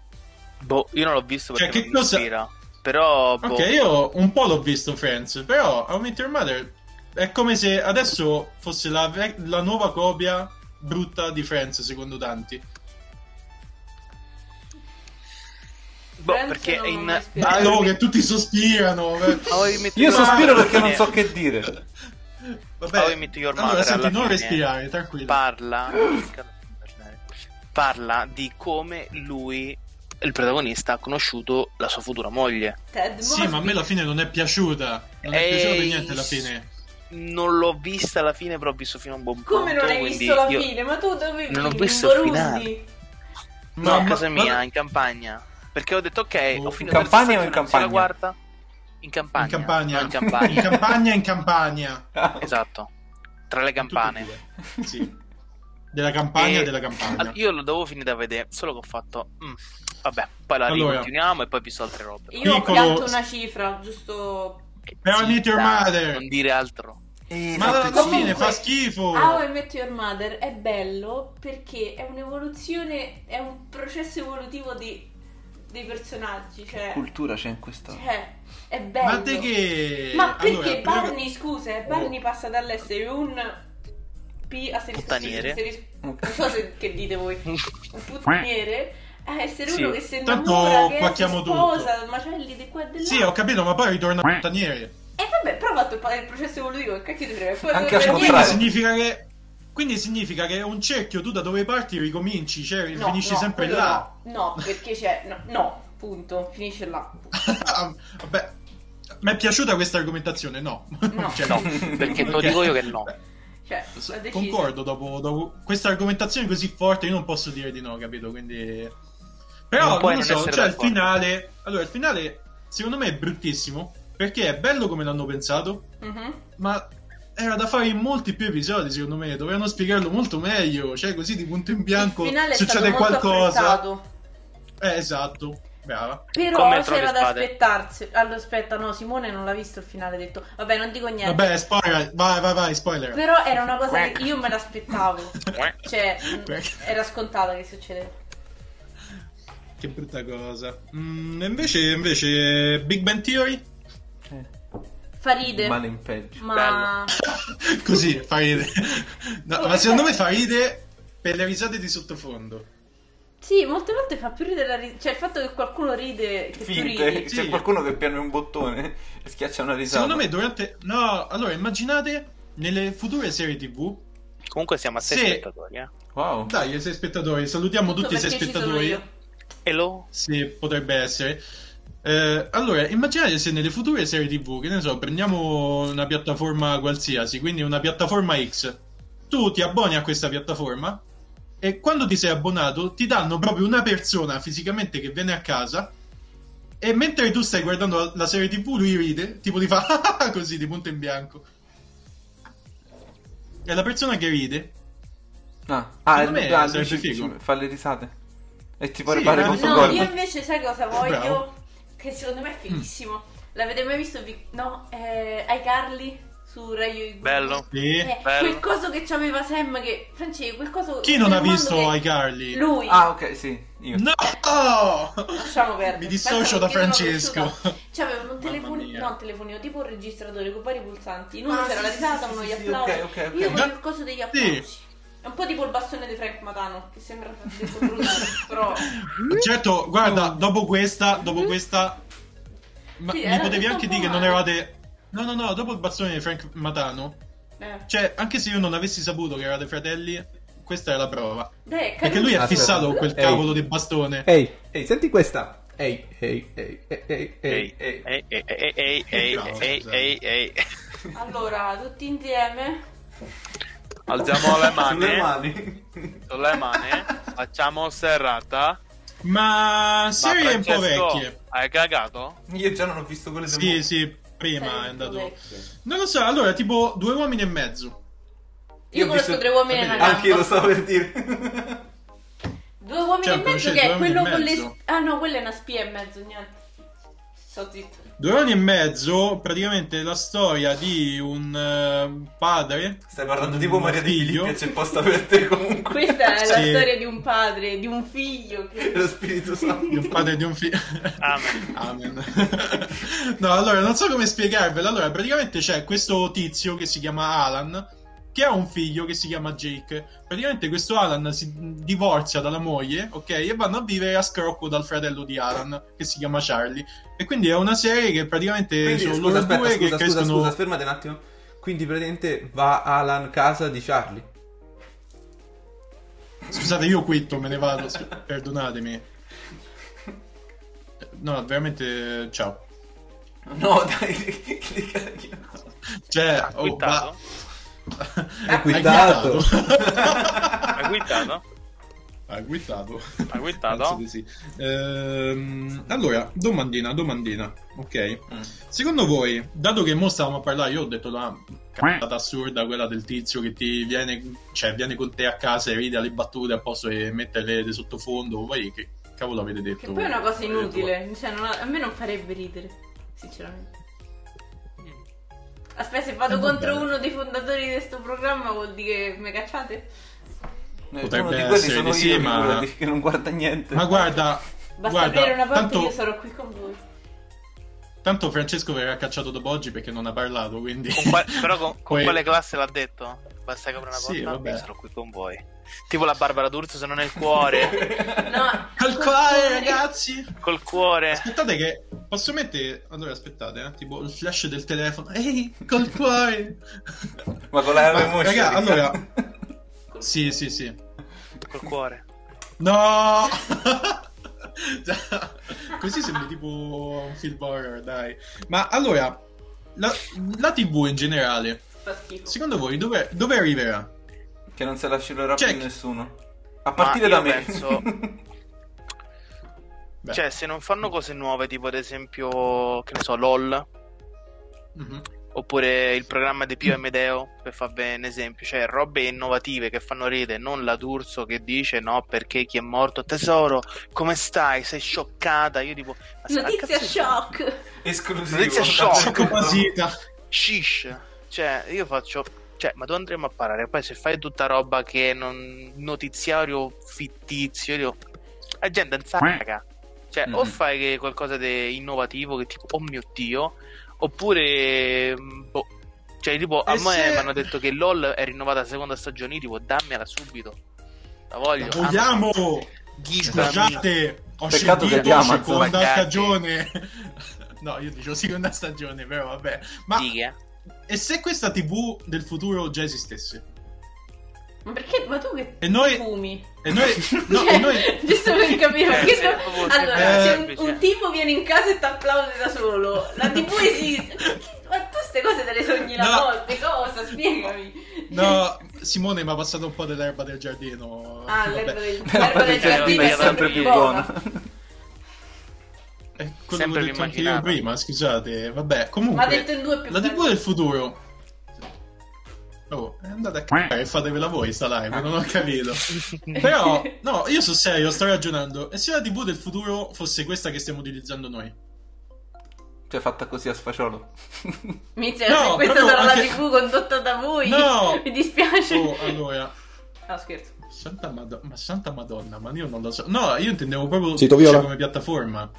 Speaker 2: Boh, io non l'ho visto
Speaker 4: Cioè,
Speaker 2: perché
Speaker 4: che
Speaker 2: non mi
Speaker 4: cosa-
Speaker 2: ispira. Però, boh,
Speaker 4: Ok, io un po' l'ho visto Friends, però How I Met Your Mother è come se adesso fosse la, ve- la nuova copia brutta di Friends secondo tanti.
Speaker 2: boh,
Speaker 5: Friends
Speaker 2: perché
Speaker 5: non- non mi
Speaker 2: in.
Speaker 5: ispira.
Speaker 2: Ah,
Speaker 4: Bello che tutti sospirano. eh. beh.
Speaker 2: How I Met
Speaker 3: Io
Speaker 2: Your
Speaker 3: sospiro
Speaker 2: Mother
Speaker 3: perché non
Speaker 2: alla
Speaker 3: so
Speaker 2: fine
Speaker 3: che dire.
Speaker 4: Vabbè,
Speaker 2: How I Met Your
Speaker 4: allora
Speaker 2: Mother,
Speaker 4: senti,
Speaker 2: alla
Speaker 4: non
Speaker 2: fine.
Speaker 4: respirare, tranquillo.
Speaker 2: parla parla di come lui il protagonista ha conosciuto la sua futura moglie
Speaker 5: Ted
Speaker 4: sì, ma a me la fine non è piaciuta. Non è
Speaker 2: Ehi.
Speaker 4: piaciuta per niente
Speaker 2: Eh,
Speaker 4: la fine.
Speaker 2: non l'ho vista alla fine però ho visto fino a un buon punto
Speaker 5: Come non hai
Speaker 2: quindi
Speaker 5: visto la
Speaker 2: io-
Speaker 5: fine? Ma tu dove
Speaker 2: Non ho
Speaker 5: vivi?
Speaker 2: visto
Speaker 5: In
Speaker 2: il
Speaker 5: Burundi?
Speaker 2: no a
Speaker 4: Ma-
Speaker 2: casa
Speaker 4: ma-
Speaker 2: mia in campagna perché ho detto ok
Speaker 4: Oh.
Speaker 2: ho
Speaker 4: In
Speaker 2: finito
Speaker 3: campagna o
Speaker 2: la
Speaker 3: in
Speaker 2: stagione, sei la
Speaker 3: campagna?
Speaker 2: quarta in campagna
Speaker 4: In campagna.
Speaker 2: no, in campagna.
Speaker 4: in campagna, in campagna.
Speaker 2: esatto tra le campane
Speaker 4: Tutte e due. Sì. Della campagna,
Speaker 2: E-
Speaker 4: della campagna.
Speaker 2: Al- io lo dovevo finire da vedere solo che ho fatto "Mm, vabbè poi la
Speaker 4: Allora.
Speaker 2: ricontinuiamo e poi ho visto altre robe
Speaker 5: Io ho
Speaker 4: Piccolo-
Speaker 5: pianto una cifra, giusto...
Speaker 4: Però
Speaker 2: Zitta,
Speaker 4: meet your mother.
Speaker 2: non dire altro
Speaker 3: Eh,
Speaker 4: Ma
Speaker 3: esatto,
Speaker 4: la, la fine
Speaker 5: Comunque-
Speaker 4: fa schifo.
Speaker 5: How I Met Your Mother è bello perché è un'evoluzione, è un processo evolutivo di dei personaggi, cioè,
Speaker 3: cultura c'è in questa.
Speaker 5: cioè, è bello.
Speaker 4: Ma te che...
Speaker 5: Ma perché
Speaker 4: allora, prima-
Speaker 5: Barney,
Speaker 4: Oh.
Speaker 5: scusa, eh, Barney passa dall'essere un P a senso
Speaker 2: Puttaniere.
Speaker 5: Non so se, che dite voi. Un puttaniere a essere
Speaker 2: Sì.
Speaker 5: uno che si
Speaker 4: Tanto
Speaker 5: innamora, che si
Speaker 4: pacchiamo
Speaker 5: sposa, macelli di qua e di là.
Speaker 4: Sì, ho capito, ma poi ritorna a puttaniere.
Speaker 5: E vabbè, però ha fatto il pa- il processo evolutivo, che cacchio dovrebbe fare?
Speaker 3: Anche
Speaker 5: Dovrebbe
Speaker 3: al
Speaker 5: dire-
Speaker 4: Quindi
Speaker 3: Bravo.
Speaker 4: significa che... Quindi significa che è un cerchio, tu da dove parti ricominci, cioè
Speaker 5: No,
Speaker 4: finisci
Speaker 5: no,
Speaker 4: sempre
Speaker 5: quello
Speaker 4: là.
Speaker 5: No, no, perché c'è... No, no, punto, finisce là.
Speaker 4: Ah, Vabbè, mi è piaciuta questa argomentazione, no.
Speaker 5: No.
Speaker 4: Cioè,
Speaker 2: No, perché te lo dico io che no.
Speaker 5: Cioè,
Speaker 4: S-
Speaker 5: ho deciso.
Speaker 4: Concordo, dopo, dopo questa argomentazione così forte io non posso dire di no, capito? Quindi... Però,
Speaker 2: Non
Speaker 4: non,
Speaker 2: puoi
Speaker 4: lo
Speaker 2: non
Speaker 4: so,
Speaker 2: essere
Speaker 4: cioè il
Speaker 2: d'accordo.
Speaker 4: finale... Allora, il finale secondo me è bruttissimo, perché è bello come l'hanno pensato,
Speaker 5: Mhm.
Speaker 4: ma era da fare in molti più episodi, secondo me. Dovevano spiegarlo molto meglio, cioè così di punto in bianco
Speaker 5: il finale è
Speaker 4: succede
Speaker 5: stato molto
Speaker 4: qualcosa.
Speaker 5: affrettato.
Speaker 4: Eh, esatto. Brava.
Speaker 5: Però
Speaker 2: Come il trovi
Speaker 5: c'era da
Speaker 2: spade.
Speaker 5: aspettarsi. Allora, aspetta, no, Simone non l'ha visto il finale, ha detto. Vabbè, non dico niente.
Speaker 4: Vabbè, spoiler. Vai, vai, vai, spoiler.
Speaker 5: Però era una cosa che io me l'aspettavo. Cioè, mh,
Speaker 4: Quack.
Speaker 5: era scontata che succedeva.
Speaker 4: Che brutta cosa. Mm, invece, invece, Big Bang Theory?
Speaker 5: Fa ride.
Speaker 3: Male in peggio.
Speaker 5: Ma
Speaker 4: Così, fa ridere. No, ma secondo me fa ridere per le risate di sottofondo.
Speaker 5: sì, molte volte fa più ridere la ri- Cioè, il fatto che qualcuno ride, che tu
Speaker 3: Finte.
Speaker 5: ridi.
Speaker 4: Sì.
Speaker 3: C'è qualcuno che piano un bottone e schiaccia una risata.
Speaker 4: Secondo me durante... No, allora immaginate nelle future serie tv...
Speaker 2: Comunque siamo a 6
Speaker 4: Sì.
Speaker 2: spettatori, eh.
Speaker 3: Wow.
Speaker 4: Dai, i sei spettatori, salutiamo
Speaker 5: Tutto
Speaker 4: tutti i sei
Speaker 5: perché ci sono
Speaker 4: spettatori.
Speaker 5: io.
Speaker 2: Hello?
Speaker 4: Sì, potrebbe essere. Eh, allora, immaginate se nelle future serie TV, che ne so, prendiamo una piattaforma qualsiasi, quindi una piattaforma X, tu ti abboni a questa piattaforma e quando ti sei abbonato ti danno proprio una persona fisicamente che viene a casa e mentre tu stai guardando la- la serie TV lui ride, tipo ti fa così di punto in bianco. È la persona che ride.
Speaker 3: Ah, ah
Speaker 4: Secondo
Speaker 3: il-
Speaker 4: me
Speaker 3: ah,
Speaker 4: sarebbe
Speaker 3: dici-
Speaker 4: figo.
Speaker 3: ci- fa le risate. E ti può
Speaker 4: Sì,
Speaker 3: ripare
Speaker 4: ma-
Speaker 3: con
Speaker 4: Tutto
Speaker 5: No,
Speaker 3: suo
Speaker 5: io
Speaker 3: corpo.
Speaker 5: invece sai cosa voglio?
Speaker 4: Bravo.
Speaker 5: Che secondo me è fighissimo. L'avete mai visto? Vi- No, eh, iCarly su Rai
Speaker 2: Bello.
Speaker 4: Sì.
Speaker 5: Eh,
Speaker 2: Bello.
Speaker 5: quel coso che c'aveva Sam che Francesco, quel coso
Speaker 4: Chi non ha
Speaker 5: quel mondo
Speaker 4: visto
Speaker 5: che-
Speaker 4: iCarly?
Speaker 5: Lui.
Speaker 3: Ah, ok, sì. Io.
Speaker 4: No!
Speaker 5: Lasciamo perdere.
Speaker 4: Mi dissocio
Speaker 5: Pensa
Speaker 4: da
Speaker 5: che io sono
Speaker 4: Francesco.
Speaker 5: cresciuta. Cioè, avevano un
Speaker 4: Mamma
Speaker 5: telefonino,
Speaker 4: mia.
Speaker 5: no, un telefonino, tipo un registratore con vari pulsanti. In uno
Speaker 3: Ah,
Speaker 5: c'era
Speaker 3: sì,
Speaker 5: la
Speaker 3: sì,
Speaker 5: risata,
Speaker 3: sì,
Speaker 5: uno
Speaker 3: sì,
Speaker 5: gli
Speaker 3: sì,
Speaker 5: applausi.
Speaker 3: ok, ok, ok.
Speaker 5: Io con
Speaker 4: Ma-
Speaker 5: il coso degli
Speaker 4: Sì.
Speaker 5: applausi. È un po' tipo il bastone di Frank Matano, che sembra Francesco Bruno, però... eh. Mm?
Speaker 4: Certo, guarda, dopo questa, dopo questa, ma
Speaker 5: Sì,
Speaker 4: mi
Speaker 5: era
Speaker 4: potevi
Speaker 5: tutto
Speaker 4: anche
Speaker 5: un po'
Speaker 4: dire che non
Speaker 5: male.
Speaker 4: eravate. No, no, no, dopo il bastone di Frank Matano,
Speaker 5: Eh.
Speaker 4: cioè, anche se io non avessi saputo che eravate fratelli, questa è la prova.
Speaker 5: Dai,
Speaker 4: Perché lui è
Speaker 5: caduto.
Speaker 4: fissato con quel
Speaker 6: Ehi.
Speaker 4: cavolo di bastone.
Speaker 3: Eh.
Speaker 6: Ehi, ehi, senti questa. Ehi, ehi, ehi, ehi, ehi,
Speaker 2: Ehi,
Speaker 6: ehi.
Speaker 2: ehi, ehi, ehi, ehi, ehi,
Speaker 4: No,
Speaker 2: ehi,
Speaker 4: scusa.
Speaker 2: ehi, ehi.
Speaker 5: Allora, tutti insieme...
Speaker 2: Alziamo le
Speaker 3: Sulle
Speaker 2: mani,
Speaker 3: mani.
Speaker 2: sulle mani, facciamo serrata.
Speaker 4: Ma
Speaker 2: Ma
Speaker 4: serie un po'
Speaker 2: Francesco,
Speaker 4: vecchie.
Speaker 2: Hai cagato?
Speaker 3: Io già non ho visto quelle del
Speaker 4: Sì,
Speaker 3: mondo.
Speaker 4: sì, prima
Speaker 5: Sei
Speaker 4: è andato.
Speaker 5: vecchio.
Speaker 4: Non lo so, allora, tipo due uomini e mezzo.
Speaker 5: Io,
Speaker 3: Io ho
Speaker 5: conosco
Speaker 3: visto-
Speaker 5: tre uomini e una gamba.
Speaker 3: Anche io lo stavo per dire.
Speaker 5: Due uomini
Speaker 4: Cioè,
Speaker 5: e mezzo
Speaker 4: conoscete due
Speaker 5: che è
Speaker 4: uomini
Speaker 5: quello
Speaker 4: e
Speaker 5: con
Speaker 4: mezzo?
Speaker 5: le... Ah no, quella è una spia e mezzo, niente. Sto zitto.
Speaker 4: Due uomini e mezzo, praticamente la storia di un eh, padre.
Speaker 3: Stai parlando tipo
Speaker 4: un
Speaker 3: Maria di
Speaker 4: figlio.
Speaker 3: Filippi, c'è posta per te comunque.
Speaker 5: Questa è la
Speaker 4: Sì.
Speaker 5: storia di un padre, di un figlio. che-
Speaker 3: Lo Spirito
Speaker 4: di un
Speaker 3: Santo.
Speaker 4: padre e di un figlio.
Speaker 2: Amen.
Speaker 4: Amen. no, allora non so come spiegarvelo. Allora, praticamente c'è questo tizio che si chiama Alan che ha un figlio che si chiama Jake. Praticamente questo Alan si divorzia dalla moglie, ok? E vanno a vivere a scrocco dal fratello di Alan che si chiama Charlie. E quindi è una serie che praticamente
Speaker 6: Quindi,
Speaker 4: sono
Speaker 6: scusa,
Speaker 4: loro
Speaker 6: aspetta,
Speaker 4: due
Speaker 6: scusa,
Speaker 4: che
Speaker 6: scusa,
Speaker 4: crescono
Speaker 6: scusa, fermate un attimo. Quindi praticamente va Alan a casa di Charlie.
Speaker 4: Scusate, io quitto, me ne vado, scu- perdonatemi. No, veramente ciao.
Speaker 3: No, dai, clicca di no.
Speaker 4: Cioè,
Speaker 2: Hai
Speaker 4: oh,
Speaker 2: quittato?
Speaker 4: ha
Speaker 6: quittato.
Speaker 2: Hai quittato?
Speaker 4: Ha guidato.
Speaker 2: Hai guidato?
Speaker 4: Penso di sì. Ehm, allora, domandina, domandina. Ok.
Speaker 3: Mm.
Speaker 4: Secondo voi, dato che mo stavamo a parlare, io ho detto la cazzata assurda, quella del tizio che ti viene, cioè, viene con te a casa e ride alle battute a posto e mette le, le sottofondo. Poi che cavolo avete detto?
Speaker 5: Che poi è una cosa inutile. Cioè, non- a me non farebbe ridere, sinceramente. Aspetta, se vado
Speaker 4: Eh,
Speaker 5: contro
Speaker 4: vabbè.
Speaker 5: uno dei fondatori di questo programma vuol dire che mi cacciate?
Speaker 3: Eh,
Speaker 4: Potrebbe
Speaker 3: uno di
Speaker 4: essere
Speaker 3: quelli sono
Speaker 4: di sì,
Speaker 3: io,
Speaker 4: ma-
Speaker 3: figurati, che non guarda niente.
Speaker 4: Ma guarda,
Speaker 5: Basta
Speaker 4: Guarda,
Speaker 5: aprire una porta
Speaker 4: tanto-
Speaker 5: e io sarò qui con voi.
Speaker 4: Tanto Francesco verrà cacciato dopo oggi perché non ha parlato, quindi...
Speaker 2: Con qual- però con, con
Speaker 4: Que-
Speaker 2: quale classe l'ha detto? Basta che apri una porta,
Speaker 4: Sì, vabbè.
Speaker 2: io sarò qui con voi. Tipo la Barbara D'Urso, se non è il cuore,
Speaker 5: No,
Speaker 4: Al quale, ragazzi!
Speaker 2: col cuore.
Speaker 4: Aspettate che... Posso mettere... Allora, aspettate, eh, tipo il flash del telefono. Ehi, col cuore!
Speaker 3: Ma con la
Speaker 4: Ma,
Speaker 3: R moscia,
Speaker 4: raga,
Speaker 3: raga.
Speaker 4: allora- Sì, sì, sì.
Speaker 2: Col cuore.
Speaker 4: No! Così sembra tipo un film horror, dai. Ma allora, la, la TV in generale,
Speaker 5: fa schifo.
Speaker 4: secondo voi dove, dove arriverà?
Speaker 3: Che non se la scivolerà più
Speaker 4: Check.
Speaker 3: nessuno. A partire
Speaker 2: io
Speaker 3: da me.
Speaker 2: penso-
Speaker 4: Beh.
Speaker 2: Cioè, se non fanno cose nuove, tipo ad esempio, che ne so, LOL,
Speaker 4: Mhm.
Speaker 2: oppure il programma di Pio e Medeo, per farvi un esempio, cioè robe innovative che fanno rete, non la D'Urso che dice no perché chi è morto, tesoro, come stai? Sei scioccata? Io tipo, "Ma se-
Speaker 5: Notizia
Speaker 2: cazzo-
Speaker 5: shock.
Speaker 3: Esclusivo.
Speaker 2: Notizia
Speaker 3: oh,
Speaker 2: shock.
Speaker 4: Chocopasita.
Speaker 2: shish. Cioè, io faccio. Cioè, ma dove andremo a parare? Poi se fai tutta roba che non. notiziario fittizio, io. La gente non sa raga. Cioè, o
Speaker 3: Mhm.
Speaker 2: fai che qualcosa di innovativo che tipo, oh mio dio, oppure. mm, Boh. Cioè, tipo, a
Speaker 4: E
Speaker 2: me
Speaker 4: se-
Speaker 2: mi hanno detto che LOL è rinnovata la seconda stagione, tipo, dammela subito. La voglio.
Speaker 4: La vogliamo!
Speaker 2: Ghisa.
Speaker 4: Scusate, ho
Speaker 3: Peccato che
Speaker 4: scelto
Speaker 3: abbiamo,
Speaker 4: seconda
Speaker 2: ragazzi.
Speaker 4: stagione. No, io dico seconda stagione, però vabbè. Ma e se questa TV del futuro già esistesse?
Speaker 5: Ma perché? Ma tu che
Speaker 4: E noi-
Speaker 5: fumi?
Speaker 4: E noi... No,
Speaker 5: Cioè,
Speaker 4: e noi...
Speaker 5: Giusto per capire,
Speaker 2: Eh,
Speaker 5: perché
Speaker 2: sì,
Speaker 5: no-
Speaker 2: proprio
Speaker 5: allora, se un,
Speaker 2: semplice.
Speaker 5: un tipo viene in casa e ti applaude da solo, la TV esiste. Ma tu queste cose te le sogni la
Speaker 4: No.
Speaker 5: volta, cosa? Spiegami.
Speaker 4: No, Simone mi ha passato un po' dell'erba del giardino.
Speaker 5: Ah,
Speaker 4: Vabbè.
Speaker 5: l'erba del, l'erba
Speaker 3: L'erba del
Speaker 5: del giardino è sempre più buona.
Speaker 4: Eh, quello
Speaker 2: Sempre
Speaker 4: che ho
Speaker 2: vi
Speaker 4: detto anche
Speaker 2: immaginavo.
Speaker 4: io prima, scusate. Vabbè,
Speaker 5: Ma
Speaker 4: comunque.
Speaker 5: ha detto in due più
Speaker 4: La TV
Speaker 5: bello.
Speaker 4: del futuro. Oh, andate a cagare, fatevela voi sta live, non ho capito. Però, no, io sono serio, sto ragionando. E se la TV del futuro fosse questa che stiamo utilizzando noi?
Speaker 3: Cioè, fatta così a sfaciolo.
Speaker 5: Mizia,
Speaker 4: No,
Speaker 5: se questa
Speaker 4: proprio
Speaker 5: sarà la
Speaker 4: anche-
Speaker 5: TV condotta da voi,
Speaker 4: No.
Speaker 5: mi dispiace.
Speaker 4: Oh, allora,
Speaker 5: No, scherzo.
Speaker 4: santa Mado- ma santa madonna, ma io non lo so. No, io intendevo proprio
Speaker 1: Sito viola.
Speaker 4: cioè, come piattaforma.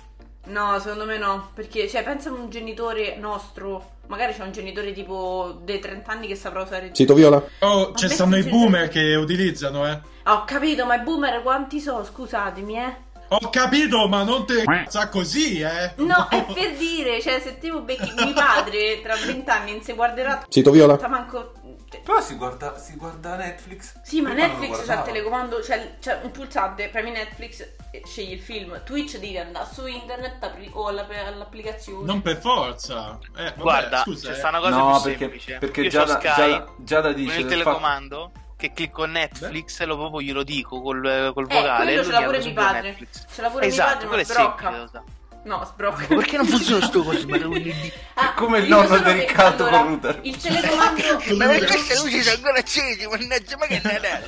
Speaker 5: No, secondo me no, perché cioè pensa a un genitore nostro, magari c'è un genitore tipo dei 30 anni che saprà usare
Speaker 1: Sito viola.
Speaker 4: Oh,
Speaker 5: Ma
Speaker 4: ci stanno i
Speaker 5: perché-
Speaker 4: boomer che utilizzano, eh.
Speaker 5: Ah, ho capito, ma i boomer quanti so, scusatemi, eh.
Speaker 4: Ho capito, ma non te sa così, eh.
Speaker 5: No, è per dire, cioè se tipo becchi mio padre tra 20 anni non si guarderà
Speaker 1: Sito viola.
Speaker 5: tutta manco cioè,
Speaker 3: Però si guarda, si guarda Netflix.
Speaker 5: Sì, ma
Speaker 3: Prima non
Speaker 5: Netflix
Speaker 3: lo
Speaker 5: c'ha il
Speaker 3: guardavo.
Speaker 5: telecomando, c'è, c'è un pulsante, premi Netflix e scegli il film. Twitch devi andare su internet apri- o alla- all'applicazione.
Speaker 4: Non per forza. Eh, vabbè,
Speaker 2: Guarda,
Speaker 4: scusa,
Speaker 2: c'è
Speaker 4: eh.
Speaker 2: sta una cosa
Speaker 3: No,
Speaker 2: più semplice.
Speaker 3: perché, perché
Speaker 2: Io
Speaker 3: già,
Speaker 2: c'ho
Speaker 3: da,
Speaker 2: Sky
Speaker 3: già, da- già da
Speaker 2: con
Speaker 3: dice
Speaker 2: il
Speaker 3: del
Speaker 2: telecomando che clicco Netflix e lo proprio glielo dico col, col
Speaker 5: Eh,
Speaker 2: vocale.
Speaker 5: quello
Speaker 2: e
Speaker 5: ce
Speaker 2: lui
Speaker 5: l'ha
Speaker 2: apre
Speaker 5: pure mio
Speaker 2: subito
Speaker 5: padre.
Speaker 2: Netflix.
Speaker 5: Ce l'ha pure
Speaker 2: esatto,
Speaker 5: mio padre, ma
Speaker 2: quello è
Speaker 5: sbrocca.
Speaker 2: semplice, lo sa.
Speaker 5: No, sbrocca.
Speaker 2: Perché non funziona sto coso? Ma non gli dico.
Speaker 5: Ah,
Speaker 3: Come il
Speaker 5: dico
Speaker 3: nonno
Speaker 5: solo
Speaker 3: di
Speaker 5: che-
Speaker 3: Riccardo con Ruder.
Speaker 5: Il telecomando...
Speaker 2: Ma perché queste luci sono ancora accese? Mannaggia, ma che Natale!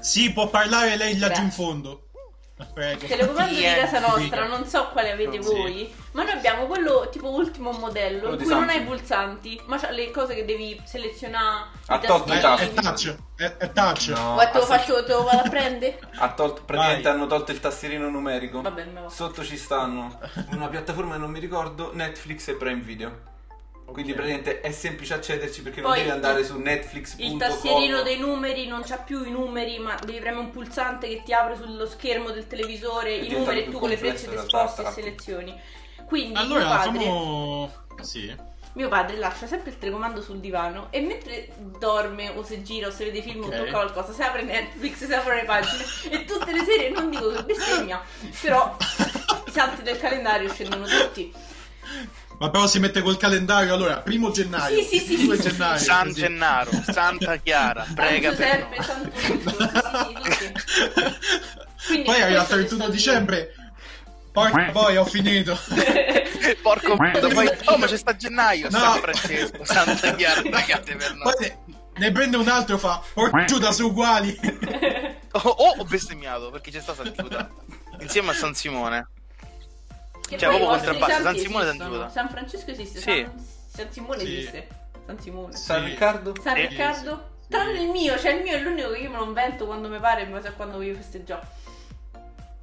Speaker 4: Sì, può parlare lei laggiù
Speaker 5: Grazie.
Speaker 4: in fondo. Prego.
Speaker 5: Il telecomando Cioè, di
Speaker 2: Niente,
Speaker 3: eh,
Speaker 5: casa nostra,
Speaker 4: dica.
Speaker 5: non so quale avete
Speaker 4: Sì.
Speaker 5: voi, ma noi abbiamo quello tipo ultimo modello,
Speaker 3: Quello
Speaker 5: in
Speaker 3: di
Speaker 5: cui non hai
Speaker 3: Samsung.
Speaker 5: pulsanti, ma c'ha le cose che devi selezionare. i
Speaker 3: Ha tolto
Speaker 4: Eh,
Speaker 3: i
Speaker 5: tastini.
Speaker 4: è touch, è, è touch.
Speaker 3: No,
Speaker 5: Guarda, te lo
Speaker 3: ha sem-
Speaker 5: faccio, te lo vado a prendere?
Speaker 3: ha tolto- praticamente
Speaker 4: Vai.
Speaker 3: hanno tolto il tastierino numerico.
Speaker 5: Vabbè, me lo-
Speaker 3: Sotto ci stanno una piattaforma che non mi ricordo, Netflix e Prime Video. Quindi praticamente è semplice accederci perché non
Speaker 5: Poi
Speaker 3: devi
Speaker 5: il-
Speaker 3: andare su Netflix.com.
Speaker 5: Il tastierino dei numeri non c'ha più i numeri, ma devi premere un pulsante che ti apre sullo schermo del televisore i
Speaker 3: diventato
Speaker 5: numeri e
Speaker 3: più
Speaker 5: tu con le
Speaker 3: complesso
Speaker 5: frecce ti
Speaker 3: in realtà,
Speaker 5: sposti e
Speaker 3: tra l'altro.
Speaker 5: selezioni. Quindi
Speaker 4: Allora,
Speaker 5: mio, padre,
Speaker 4: facciamo... Sì.
Speaker 5: mio padre lascia sempre il telecomando sul divano e mentre dorme o se gira o se vede film
Speaker 4: Ok.
Speaker 5: o tocca qualcosa, si apre Netflix, si aprono le pagine e tutte le serie, non dico che bestemmia, però i salti del calendario scendono tutti.
Speaker 4: Ma però si mette col calendario, allora, primo gennaio.
Speaker 5: Sì, sì, sì.
Speaker 4: 2 gennaio.
Speaker 2: San
Speaker 4: così.
Speaker 2: Gennaro, Santa Chiara,
Speaker 5: Ah,
Speaker 2: prega per
Speaker 5: San Giuseppe,
Speaker 2: noi.
Speaker 5: San Giuseppe, sì, sì, tutti. Quindi
Speaker 4: Poi arriva il
Speaker 5: questo
Speaker 4: 31
Speaker 5: ci sta
Speaker 4: dicembre. Porca poi ho finito.
Speaker 2: Porco merda, poi...
Speaker 5: Dio.
Speaker 2: Oh, ma c'è sta gennaio,
Speaker 4: No.
Speaker 2: San Francesco, Santa Chiara, pregate per
Speaker 4: Poi
Speaker 2: noi.
Speaker 4: ne, ne prende un altro e fa porca Giuda sono uguali.
Speaker 2: Oh, oh, ho bestemmiato, perché c'è sta San Giuda. Insieme a San Simone.
Speaker 5: Che
Speaker 2: Cioè,
Speaker 5: poi
Speaker 2: proprio
Speaker 5: i vostri
Speaker 2: contrappasso,
Speaker 5: santi
Speaker 2: San Simone e San
Speaker 5: esistono.
Speaker 2: Giuda.
Speaker 5: San Francesco esiste,
Speaker 2: Sì.
Speaker 5: San, San Simone
Speaker 4: Sì.
Speaker 5: esiste. San Simone.
Speaker 3: San
Speaker 4: Sì.
Speaker 3: Riccardo?
Speaker 5: San
Speaker 2: Sì.
Speaker 5: Riccardo?
Speaker 4: Sì.
Speaker 5: Tranne il mio, cioè il mio è l'unico che io me lo invento quando mi pare, ma so quando voglio festeggiare.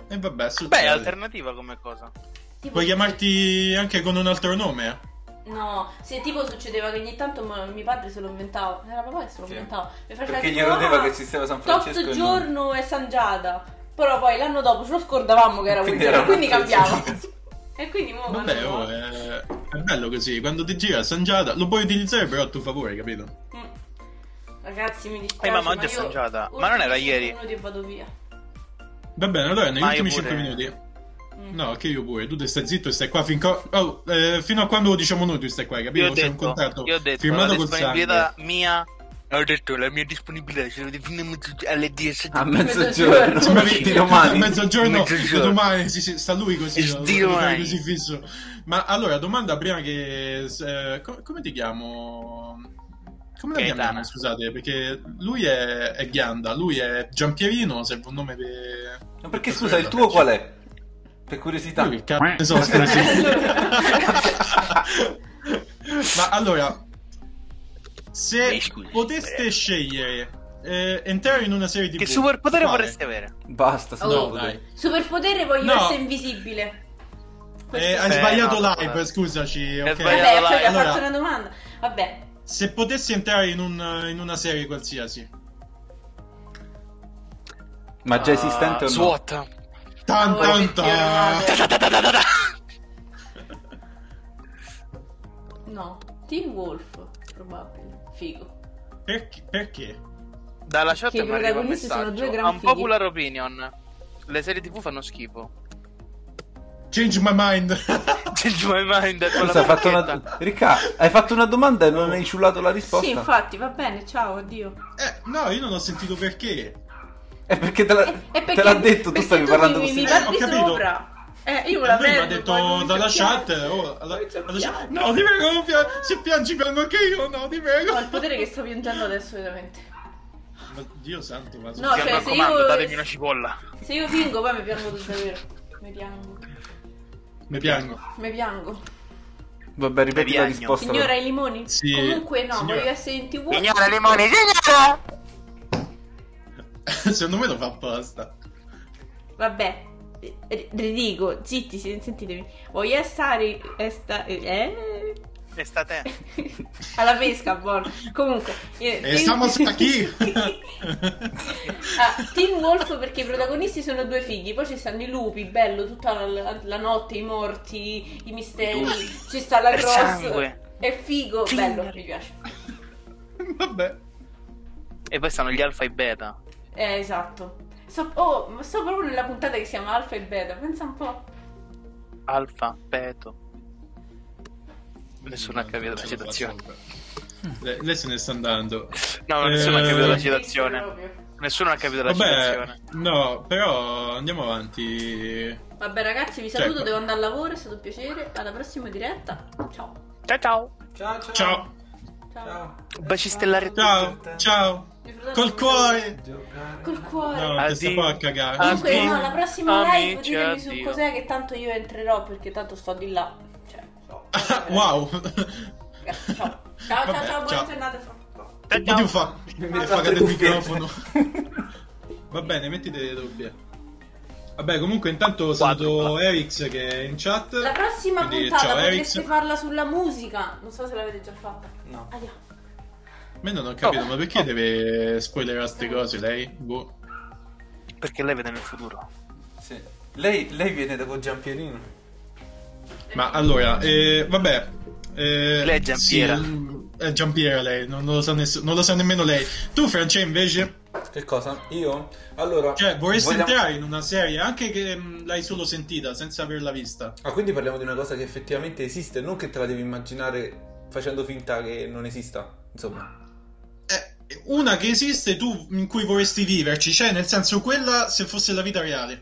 Speaker 4: E vabbè, succede.
Speaker 2: Beh, è alternativa come cosa.
Speaker 5: Tipo-
Speaker 4: Puoi chiamarti anche con un altro nome?
Speaker 5: No, se tipo succedeva che ogni tanto m- mio padre se lo inventava, era papà che se lo
Speaker 3: Sì.
Speaker 5: inventava. Mio fratello
Speaker 3: Perché gli
Speaker 5: diceva,
Speaker 3: rodeva
Speaker 5: "Ah,
Speaker 3: che esisteva San Francesco.
Speaker 5: Tot
Speaker 3: e non-
Speaker 5: giorno e San Giada. Però poi l'anno dopo ce lo scordavamo che era
Speaker 3: Quindi
Speaker 5: quindi,
Speaker 3: era
Speaker 5: quindi
Speaker 3: un altro
Speaker 5: cambiamo. e quindi mo
Speaker 4: Vabbè,
Speaker 5: quando-
Speaker 4: oh, è... è bello così. Quando ti gira Sangiada, lo puoi utilizzare però a tuo favore, capito?
Speaker 5: Mm. Ragazzi, mi dispiace.
Speaker 2: Eh, ma oggi è
Speaker 5: io
Speaker 2: San Giada.
Speaker 5: ultimi
Speaker 2: Ma non era
Speaker 5: cinque
Speaker 2: ieri?
Speaker 5: minuti e vado via.
Speaker 4: Va bene, allora negli
Speaker 2: Ma io
Speaker 4: ultimi
Speaker 2: pure-
Speaker 4: 5 minuti.
Speaker 5: Mm.
Speaker 4: No, che io pure, tu te stai zitto e stai qua finco- oh, eh, fino a quando lo diciamo noi, tu stai qua, capito?
Speaker 2: Io ho
Speaker 4: C'è un
Speaker 2: detto,
Speaker 4: contratto
Speaker 2: io ho detto la
Speaker 4: firmato col
Speaker 2: disponibilità
Speaker 4: sangue.
Speaker 2: mia. Ho detto la mia disponibilità ce lo definiamo tutti alle 10
Speaker 3: A
Speaker 5: Mezzogiorno.
Speaker 3: mezzogiorno.
Speaker 4: Sembra
Speaker 3: Di
Speaker 4: che
Speaker 3: domani.
Speaker 4: a mezzogiorno,
Speaker 2: Mezzogiorno.
Speaker 4: domani si, si- sta lui così,
Speaker 2: Di
Speaker 4: lo- lo- lo-
Speaker 2: domani.
Speaker 4: così fisso. Ma allora, domanda prima che eh, co- come ti chiamo? Come la
Speaker 2: Gaetano.
Speaker 4: chiamiamo? Scusate, perché lui è, è Ghianda, lui è Giampierino, serve un nome per
Speaker 3: Ma perché scusa, il tuo qual è? Per curiosità.
Speaker 4: Io che cazzo ne so, Francesco? Ma allora, se
Speaker 2: Mi scusi,
Speaker 4: poteste
Speaker 2: prego.
Speaker 4: scegliere eh, entrare in una serie di
Speaker 2: Che superpotere vorresti avere?
Speaker 3: Basta, sono
Speaker 4: No,
Speaker 5: Oh.
Speaker 4: dai.
Speaker 5: Superpotere voglio
Speaker 4: No.
Speaker 5: essere invisibile. Questo
Speaker 4: Eh, hai
Speaker 5: sì.
Speaker 2: Eh,
Speaker 4: sbagliato
Speaker 2: no,
Speaker 4: live,
Speaker 2: vabbè.
Speaker 4: scusaci. ok.
Speaker 2: sbagliato.
Speaker 5: Vabbè, poi mi ha
Speaker 4: Allora.
Speaker 5: fatto una domanda. Vabbè,
Speaker 4: Se potessi entrare in, un- in una serie qualsiasi,
Speaker 2: Oh,
Speaker 3: Ma già esistente o no?
Speaker 2: SWAT.
Speaker 4: tan
Speaker 5: Ora
Speaker 4: tan
Speaker 5: metti
Speaker 4: tan.
Speaker 5: Ronaldo. No, Team Wolf, probabile. Figo.
Speaker 4: Perché? perché?
Speaker 2: Dalla chat
Speaker 5: Che i
Speaker 2: mi arriva un
Speaker 5: protagonisti sono due
Speaker 2: messaggio.
Speaker 5: gran
Speaker 2: Un
Speaker 5: fighi.
Speaker 2: popular opinion. Le serie TV fanno schifo. Cioè,
Speaker 4: Change my mind.
Speaker 2: Change my mind con la
Speaker 3: Scusa, hai fatto
Speaker 2: marchetta.
Speaker 3: una... Ricca, hai fatto una domanda e non hai ciullato la risposta?
Speaker 5: Sì, infatti, va bene, ciao, addio.
Speaker 4: eh, no, io non ho sentito perché.
Speaker 3: È perché te, la-
Speaker 5: Eh, eh, perché-
Speaker 3: te l'ha detto, tu
Speaker 5: perché
Speaker 3: stavi parlando
Speaker 5: mi,
Speaker 3: così.
Speaker 5: Mi
Speaker 4: Eh, ho
Speaker 5: parli
Speaker 4: capito.
Speaker 5: sopra. Eh, io me la
Speaker 4: Lui mi
Speaker 5: prendo.
Speaker 4: ha detto dalla chat. oh, alla- alla chat, no, ti prego, non pia- se piangi piango anche io. No, ti prego.
Speaker 5: Ho il potere che sto piangendo adesso, veramente.
Speaker 4: Ma Dio santo, ma
Speaker 5: No,
Speaker 2: Mi
Speaker 5: cioè, se
Speaker 2: raccomando,
Speaker 5: io-
Speaker 2: datemi una cipolla.
Speaker 5: Se io fingo, poi mi piango tutto davvero. Mi piango.
Speaker 4: mi piango.
Speaker 5: Mi piango.
Speaker 3: Vabbè, ripeti la
Speaker 2: Beviagno.
Speaker 3: risposta.
Speaker 5: Signora i limoni.
Speaker 4: Sì,
Speaker 5: Comunque, no,
Speaker 4: signora.
Speaker 5: voglio essere in tv.
Speaker 2: Signora Limone, signora!
Speaker 4: Secondo me lo fa apposta.
Speaker 5: Vabbè, eh, ri- ridico, zitti, sen- sentitemi. Voglio stare esta- eh,
Speaker 2: Estate.
Speaker 5: alla pesca, buono. Comunque, eh,
Speaker 4: E siamo qui.
Speaker 5: Ah, Teen Wolf perché i protagonisti sono due fighi, poi ci stanno i lupi, bello, tutta la, la- la notte, i morti, i misteri, ci sta la
Speaker 2: Il
Speaker 5: cross.
Speaker 2: sangue.
Speaker 5: È figo,
Speaker 2: Finger.
Speaker 5: bello, mi piace.
Speaker 4: Vabbè.
Speaker 2: E poi stanno gli alfa e beta.
Speaker 5: Eh, esatto. So, oh, ma sto proprio nella puntata che si chiama Alfa e Beta, pensa un po'.
Speaker 2: Alfa, beto. Nessuno ha capito la citazione.
Speaker 4: Lei, Mm. lei se ne sta andando.
Speaker 2: No, ma nessuno ha
Speaker 4: Eh,
Speaker 2: capito la
Speaker 5: Triste
Speaker 2: citazione.
Speaker 5: proprio.
Speaker 2: Nessuno ha capito la
Speaker 4: Vabbè,
Speaker 2: citazione.
Speaker 4: no, però andiamo avanti.
Speaker 5: Vabbè ragazzi, vi
Speaker 4: Cioè,
Speaker 5: saluto,
Speaker 4: ma-
Speaker 5: devo andare al lavoro, è stato un piacere. Alla prossima diretta. Ciao.
Speaker 2: Ciao ciao.
Speaker 3: Ciao, ciao.
Speaker 4: Ciao,
Speaker 3: Ciao.
Speaker 2: Baci stellari.
Speaker 4: ciao, ciao.
Speaker 5: Mio fratello-
Speaker 4: Col cuore.
Speaker 5: Col cuore.
Speaker 4: No, ti sta
Speaker 2: Addio.
Speaker 4: qua a cagare.
Speaker 5: Comunque,
Speaker 2: Addio.
Speaker 5: no, la prossima live
Speaker 2: Amici,
Speaker 5: ditemi su
Speaker 2: addio.
Speaker 5: cos'è che tanto io entrerò perché tanto sto di là. Cioè, no.
Speaker 4: Wow.
Speaker 5: Ragazzi, Ciao. Ciao, ciao,
Speaker 4: Vabbè,
Speaker 5: ciao, buona
Speaker 4: ciao.
Speaker 5: giornata. ciao.
Speaker 4: Che devo fa? Devo
Speaker 3: fatto
Speaker 4: fare
Speaker 3: le
Speaker 4: il
Speaker 3: cuffiette.
Speaker 4: microfono. Va bene, mettite le doppie. Vabbè, comunque intanto saluto Erix che è in chat.
Speaker 5: La prossima
Speaker 4: Quindi,
Speaker 5: puntata
Speaker 4: ciao,
Speaker 5: potreste
Speaker 4: Eric.
Speaker 5: farla sulla musica. Non so se l'avete già fatta.
Speaker 3: No.
Speaker 5: Addio.
Speaker 4: Ma io non ho capito,
Speaker 2: Oh.
Speaker 4: ma perché deve spoilerare
Speaker 5: Eh.
Speaker 4: queste cose lei? Boh.
Speaker 2: Perché lei vede nel futuro.
Speaker 3: Sì. Lei, lei viene da con Giampierino.
Speaker 4: Ma allora, eh, vabbè. eh,
Speaker 2: Lei è Giampiera.
Speaker 4: sì, eh, è Giampiera lei, non lo, sa nessu- non lo sa nemmeno lei. Tu, Francesco, invece,
Speaker 3: Che cosa? Io? Allora...
Speaker 4: cioè, vorresti
Speaker 3: vogliamo-
Speaker 4: entrare in una serie anche che mh, l'hai solo sentita, senza averla vista.
Speaker 3: Ah, quindi parliamo di una cosa che effettivamente esiste, non che te la devi immaginare facendo finta che non esista. Insomma.
Speaker 4: Eh, una che esiste tu in cui vorresti viverci, cioè, nel senso, quella se fosse la vita reale.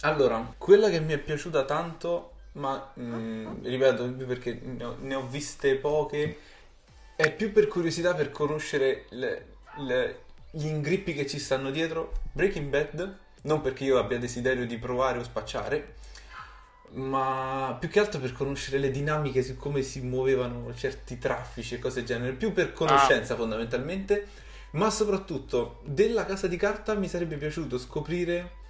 Speaker 3: Allora, quella che mi è piaciuta tanto, ma mm, ripeto perché ne ho, ne ho viste poche, è più per curiosità per conoscere le- le- gli ingrippi che ci stanno dietro. Breaking Bad, non perché io abbia desiderio di provare o spacciare, ma più che altro per conoscere le dinamiche su come si muovevano certi traffici e cose del genere, più per conoscenza fondamentalmente, ma soprattutto della casa di carta mi sarebbe piaciuto scoprire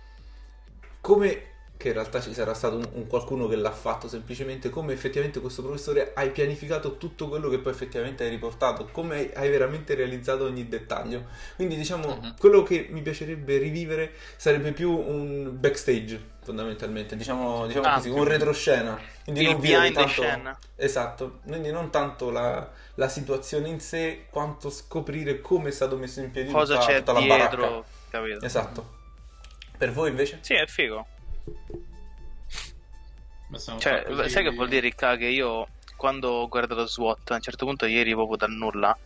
Speaker 3: come che in realtà ci sarà stato un, un qualcuno che l'ha fatto semplicemente come effettivamente questo professore hai pianificato tutto quello che poi effettivamente hai riportato come hai, hai veramente realizzato ogni dettaglio quindi diciamo
Speaker 2: Mhm.
Speaker 3: quello che mi piacerebbe rivivere sarebbe più un backstage fondamentalmente diciamo, diciamo
Speaker 2: Ah,
Speaker 3: così
Speaker 2: più-
Speaker 3: un retroscena quindi
Speaker 2: il
Speaker 3: non vedi
Speaker 2: behind the
Speaker 3: tanto-
Speaker 2: scene.
Speaker 3: esatto quindi non tanto la, la situazione in sé quanto scoprire come è stato messo in piedi
Speaker 2: Cosa
Speaker 3: tutta,
Speaker 2: c'è
Speaker 3: tutta la
Speaker 2: dietro,
Speaker 3: baracca
Speaker 2: capito?
Speaker 3: esatto per voi invece?
Speaker 2: Sì, è figo.
Speaker 4: Ma stiamo
Speaker 2: Cioè,
Speaker 4: fa così-
Speaker 2: sai che vuol dire, Ricca, che io quando ho guardato SWAT, a un certo punto ieri proprio dal nulla,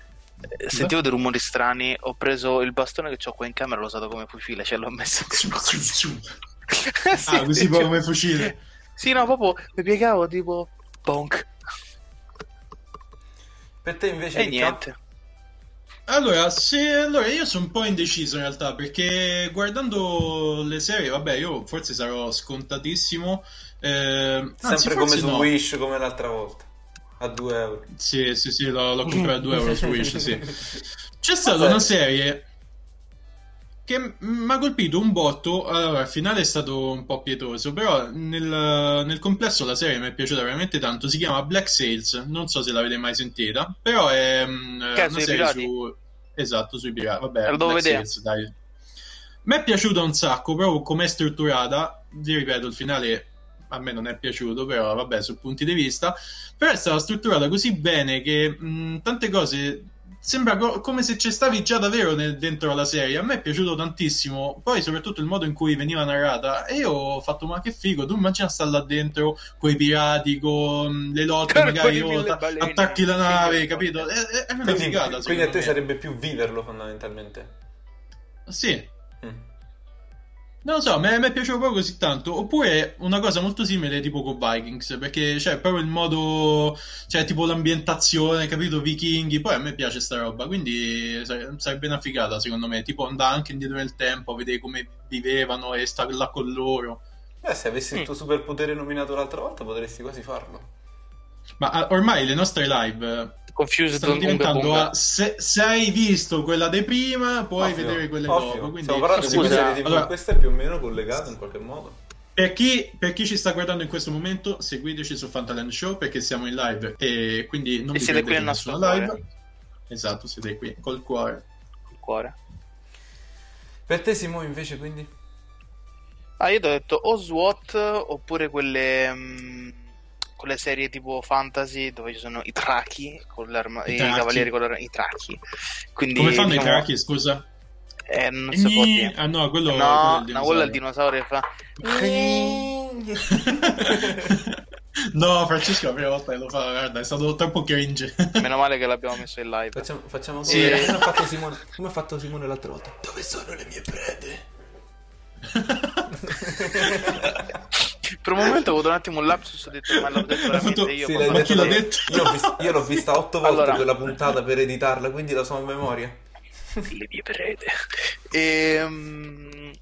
Speaker 2: eh, sentivo dei rumori strani, ho preso il bastone che ho qua in camera, l'ho usato come fucile, cioè l'ho messo... Sì,
Speaker 4: Ah, così
Speaker 2: sì,
Speaker 4: proprio come fucile.
Speaker 2: Sì, no, proprio mi piegavo tipo... Bonk.
Speaker 3: per te invece
Speaker 2: E
Speaker 3: Ricca?
Speaker 2: niente.
Speaker 4: Allora, se, allora io sono un po' indeciso in realtà perché guardando le serie, vabbè, io forse sarò scontatissimo. eh, anzi,
Speaker 3: Sempre come
Speaker 4: forse
Speaker 3: su
Speaker 4: no.
Speaker 3: Wish come l'altra volta. A 2 euro.
Speaker 4: Sì, sì, sì, l'ho, l'ho comprata a 2 euro su Wish, sì. C'è stata una serie che m- mi ha colpito un botto. Allora, il finale è stato un po' pietoso, però nel, nel complesso la serie mi è piaciuta veramente tanto. Si chiama Black Sails, non so se l'avete mai sentita, però è mm,
Speaker 2: Che è
Speaker 4: una
Speaker 2: sui
Speaker 4: serie
Speaker 2: pirati?
Speaker 4: su... Esatto, sui pirati. Vabbè,
Speaker 2: La devo
Speaker 4: Black
Speaker 2: vedere.
Speaker 4: Sails, dai. Mi è piaciuta un sacco, proprio com'è strutturata. Vi ripeto, il finale a me non è piaciuto, però vabbè, su punti di vista però è stata strutturata così bene che mh, tante cose sembra co- come se ci stavi già davvero nel- dentro la serie a me è piaciuto tantissimo poi soprattutto il modo in cui veniva narrata e io ho fatto ma che figo tu immagina star là dentro coi pirati con le lotte
Speaker 2: Con quelli
Speaker 4: magari oh,
Speaker 2: mille
Speaker 4: ta-
Speaker 2: balene.
Speaker 4: attacchi la nave
Speaker 2: Sì,
Speaker 4: capito è, è- è una
Speaker 3: Quindi,
Speaker 4: figata
Speaker 3: quindi a te
Speaker 4: secondo me.
Speaker 3: sarebbe più viverlo fondamentalmente.
Speaker 4: sì
Speaker 3: Mm.
Speaker 4: Non lo so, mi è mi è piaciuto proprio così tanto. Oppure una cosa molto simile tipo con Vikings, perché c'è proprio il modo, cioè tipo l'ambientazione, capito? Vichinghi, poi a me piace sta roba, quindi sare- sarebbe una figata secondo me, tipo andare anche indietro nel tempo, vedere come vivevano e stare là con loro.
Speaker 3: Eh, se avessi il
Speaker 2: Mm.
Speaker 3: tuo superpotere nominato l'altra volta potresti quasi farlo.
Speaker 4: Ma ah, ormai le nostre live eh,
Speaker 2: Confused
Speaker 4: stanno
Speaker 2: on Unga
Speaker 4: diventando
Speaker 2: Bunga.
Speaker 4: a se, se hai visto quella di prima, puoi
Speaker 3: Ovvio,
Speaker 4: vedere quelle
Speaker 3: ovvio. Cioè,
Speaker 4: dopo. Quindi
Speaker 3: Stiamo parlando di
Speaker 2: Scusa,
Speaker 3: una serie TV,
Speaker 4: allora-
Speaker 3: questa è più o meno collegata in qualche modo.
Speaker 4: Per chi, per chi ci sta guardando in questo momento, seguiteci su Fantaland Show perché siamo in live e quindi non
Speaker 2: E
Speaker 4: vi
Speaker 2: siete
Speaker 4: perdete
Speaker 2: qui al nostro
Speaker 4: nessuna live.
Speaker 2: cuore.
Speaker 4: Esatto, siete qui col cuore.
Speaker 2: Col cuore.
Speaker 3: Per te Simo invece quindi?
Speaker 2: Ah, io ti ho detto o SWAT oppure quelle, mh, quelle serie tipo fantasy dove ci sono i trachi, con l'arma-
Speaker 4: I
Speaker 2: i,
Speaker 4: trachi.
Speaker 2: cavalieri con l'arma- i trachi. Quindi,
Speaker 4: Come fanno
Speaker 2: diciamo,
Speaker 4: i cacchi, scusa?
Speaker 2: Eh, non si può
Speaker 4: Gni-
Speaker 2: dire.
Speaker 4: Ah no, quello,
Speaker 2: no,
Speaker 4: quello
Speaker 2: no, quello è il
Speaker 4: dinosaurio.
Speaker 2: dinosaurio che fa.
Speaker 4: no, Francesco la prima volta che lo fa, guarda, è stato troppo cringe.
Speaker 2: Meno male che l'abbiamo messo in live.
Speaker 3: Facciamo, facciamo come,
Speaker 4: Sì.
Speaker 3: come ha fatto Simone, come ha fatto Simone l'altra volta. Dove sono le mie prede?
Speaker 2: per un momento ho avuto un attimo un lapsus, ho detto, ma l'ho detto veramente
Speaker 4: Appunto,
Speaker 2: io.
Speaker 4: sì,
Speaker 2: ho
Speaker 4: l'hai
Speaker 2: fatto
Speaker 4: Ma chi l'ha
Speaker 2: bene.
Speaker 4: detto?
Speaker 3: Io, l'ho vis- io l'ho vista otto volte
Speaker 2: Allora.
Speaker 3: quella puntata per editarla, quindi la so a memoria.
Speaker 2: le mie prede. Ehm,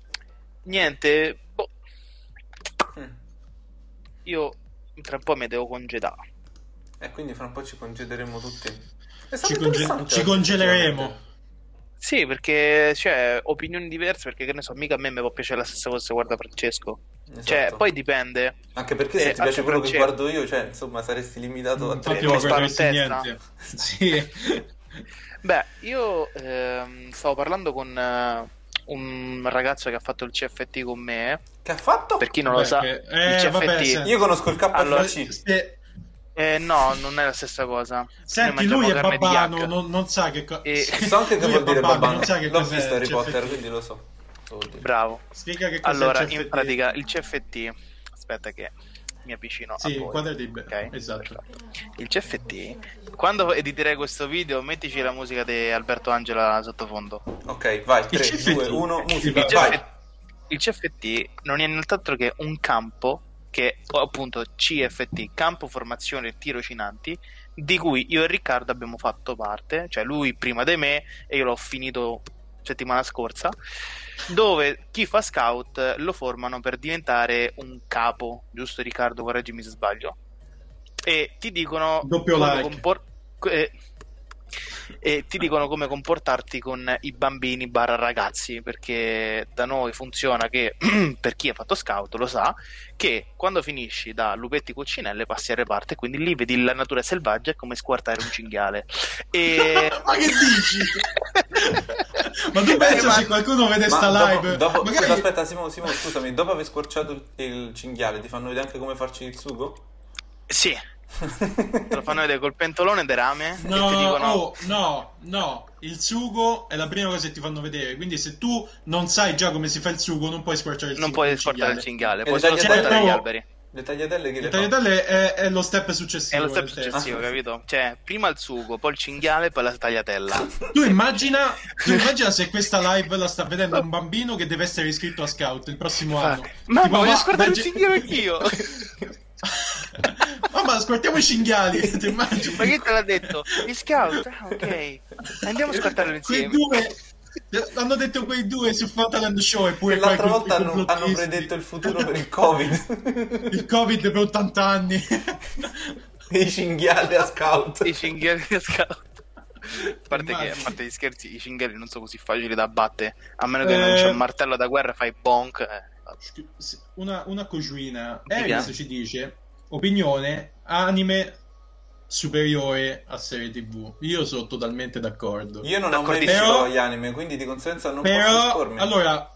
Speaker 2: niente, boh,
Speaker 3: Mm.
Speaker 2: io tra un po' mi devo congedare.
Speaker 3: E quindi fra un po' ci congederemo tutti. È stato
Speaker 4: Ci, conge-
Speaker 3: interessante
Speaker 4: ci
Speaker 3: oggi,
Speaker 4: congeleremo.
Speaker 2: Sì, perché cioè, opinioni diverse, perché che ne so, mica a me mi può piacere la stessa cosa se guarda Francesco.
Speaker 3: effettivamente.
Speaker 2: Cioè,
Speaker 3: Esatto.
Speaker 2: poi dipende.
Speaker 3: Anche perché se
Speaker 2: Eh,
Speaker 3: ti piace
Speaker 2: anche
Speaker 3: quello che
Speaker 2: Francesco.
Speaker 3: guardo io, cioè, insomma, saresti limitato a tre.
Speaker 4: Infatti
Speaker 2: Ti
Speaker 4: non
Speaker 2: sparo in
Speaker 4: guarderesti
Speaker 2: testa.
Speaker 4: niente. Sì.
Speaker 2: Beh, io ehm, stavo parlando con eh, un ragazzo che ha fatto il CFT con me.
Speaker 3: Che ha fatto?
Speaker 2: Per chi non lo
Speaker 4: Beh,
Speaker 2: sa,
Speaker 4: che-
Speaker 2: il
Speaker 4: eh,
Speaker 2: CFT.
Speaker 4: vabbè, se-
Speaker 3: Io conosco il KFC.
Speaker 2: Allora,
Speaker 4: Se-
Speaker 2: Eh, no, non è la stessa cosa.
Speaker 4: Senti,
Speaker 2: Noi mangiamo
Speaker 4: lui è
Speaker 2: carne di
Speaker 4: babbano,
Speaker 2: yak.
Speaker 4: non, non sa che cosa.
Speaker 2: E-
Speaker 3: So anche che
Speaker 4: Lui è
Speaker 3: vuol dire
Speaker 4: babbano,
Speaker 3: babbano.
Speaker 4: non sa che
Speaker 3: L'ho
Speaker 4: cos'è Cioè,
Speaker 3: visto Harry
Speaker 4: il
Speaker 3: Potter,
Speaker 4: CFT.
Speaker 3: quindi lo so. Cosa vuol dire.
Speaker 2: Bravo.
Speaker 4: Spiega che cos'è
Speaker 2: Allora,
Speaker 4: il CFT.
Speaker 2: in pratica il CFT, aspetta che mi avvicino
Speaker 4: Sì,
Speaker 2: a voi.
Speaker 4: inquadrati bene,
Speaker 2: Ah, boh. ok?
Speaker 4: esatto.
Speaker 2: Perfetto. Il CFT, quando editerai questo video, mettici la musica di Alberto Angela sottofondo.
Speaker 3: Ok, vai, 3,
Speaker 4: CFT.
Speaker 3: 2, 1, musica,
Speaker 4: Il
Speaker 3: vai.
Speaker 2: CFT Il CFT non è nient'altro che un campo che o appunto CFT, campo formazione tirocinanti, di cui io e Riccardo abbiamo fatto parte, cioè lui prima di me e io l'ho finito settimana scorsa, dove chi fa scout lo formano per diventare un capo, giusto Riccardo, correggimi se sbaglio. E ti dicono
Speaker 4: Doppio
Speaker 2: come
Speaker 4: like.
Speaker 2: compor- que- e ti dicono come comportarti con i bambini barra ragazzi perché da noi funziona che per chi ha fatto scout lo sa che quando finisci da lupetti coccinelle passi al reparto e quindi lì vedi la natura selvaggia è come squartare un cinghiale e...
Speaker 4: ma che dici? ma tu
Speaker 2: Eh,
Speaker 4: pensi cioè, se qualcuno vede
Speaker 3: Ma
Speaker 4: sta
Speaker 3: dopo-
Speaker 4: live
Speaker 3: dopo-
Speaker 4: magari
Speaker 3: Aspetta, Simone, Simone, scusami, dopo aver squarciato il, il cinghiale, ti fanno vedere anche come farci il sugo?
Speaker 2: sì te lo fanno vedere col pentolone del rame
Speaker 4: No,
Speaker 2: e ti dicono
Speaker 4: oh, no, no, il sugo è la prima cosa che ti fanno vedere, quindi se tu non sai già come si fa il sugo non puoi squarciare il
Speaker 2: non
Speaker 4: sugo.
Speaker 2: puoi
Speaker 4: del
Speaker 2: squartare il
Speaker 4: cinghiale.
Speaker 2: cinghiale
Speaker 3: E le
Speaker 2: puoi solo
Speaker 3: tagliatelle-
Speaker 2: squartare gli
Speaker 4: Oh.
Speaker 2: alberi
Speaker 3: Le tagliatelle che
Speaker 4: Il
Speaker 3: le fa?
Speaker 4: tagliatelle è, è lo step successivo.
Speaker 2: è lo step
Speaker 4: del test.
Speaker 2: successivo capito? cioè prima il sugo poi il cinghiale poi la tagliatella
Speaker 4: Tu immagina, tu immagina se questa live la sta vedendo un bambino che deve essere iscritto a scout il prossimo anno.
Speaker 2: ma
Speaker 4: Tipo,
Speaker 2: voglio
Speaker 4: va-
Speaker 2: squartare il
Speaker 4: vai-
Speaker 2: cinghiale anch'io
Speaker 4: Mamma, squartiamo i cinghiali, ti immagini?
Speaker 2: ma chi te l'ha detto? gli scout ah, ok andiamo a squartarlo
Speaker 4: Quei
Speaker 2: insieme
Speaker 4: due l'hanno detto quei due su Fantaland Show e pure
Speaker 3: Che l'altra
Speaker 4: poi
Speaker 3: volta
Speaker 4: quei- quei
Speaker 3: hanno, hanno
Speaker 4: complottisti.
Speaker 3: predetto il futuro per il covid
Speaker 4: il Covid per 80 anni.
Speaker 3: dei cinghiali a scout.
Speaker 2: i cinghiali da scout a parte, che, a
Speaker 4: Immagino.
Speaker 2: parte gli scherzi i cinghiali non sono così facili da abbattere a meno che
Speaker 4: Eh.
Speaker 2: non c'è un martello da guerra fai bonk eh, vabbè.
Speaker 4: Una, una cogina.
Speaker 2: Figa.
Speaker 4: Eris ci dice opinione anime superiore a serie TV. Io sono totalmente d'accordo.
Speaker 3: Io non ho mai
Speaker 2: D'accordo.
Speaker 3: visto
Speaker 4: Però-
Speaker 3: gli anime, quindi di conseguenza non posso
Speaker 4: Però
Speaker 3: espormi.
Speaker 4: allora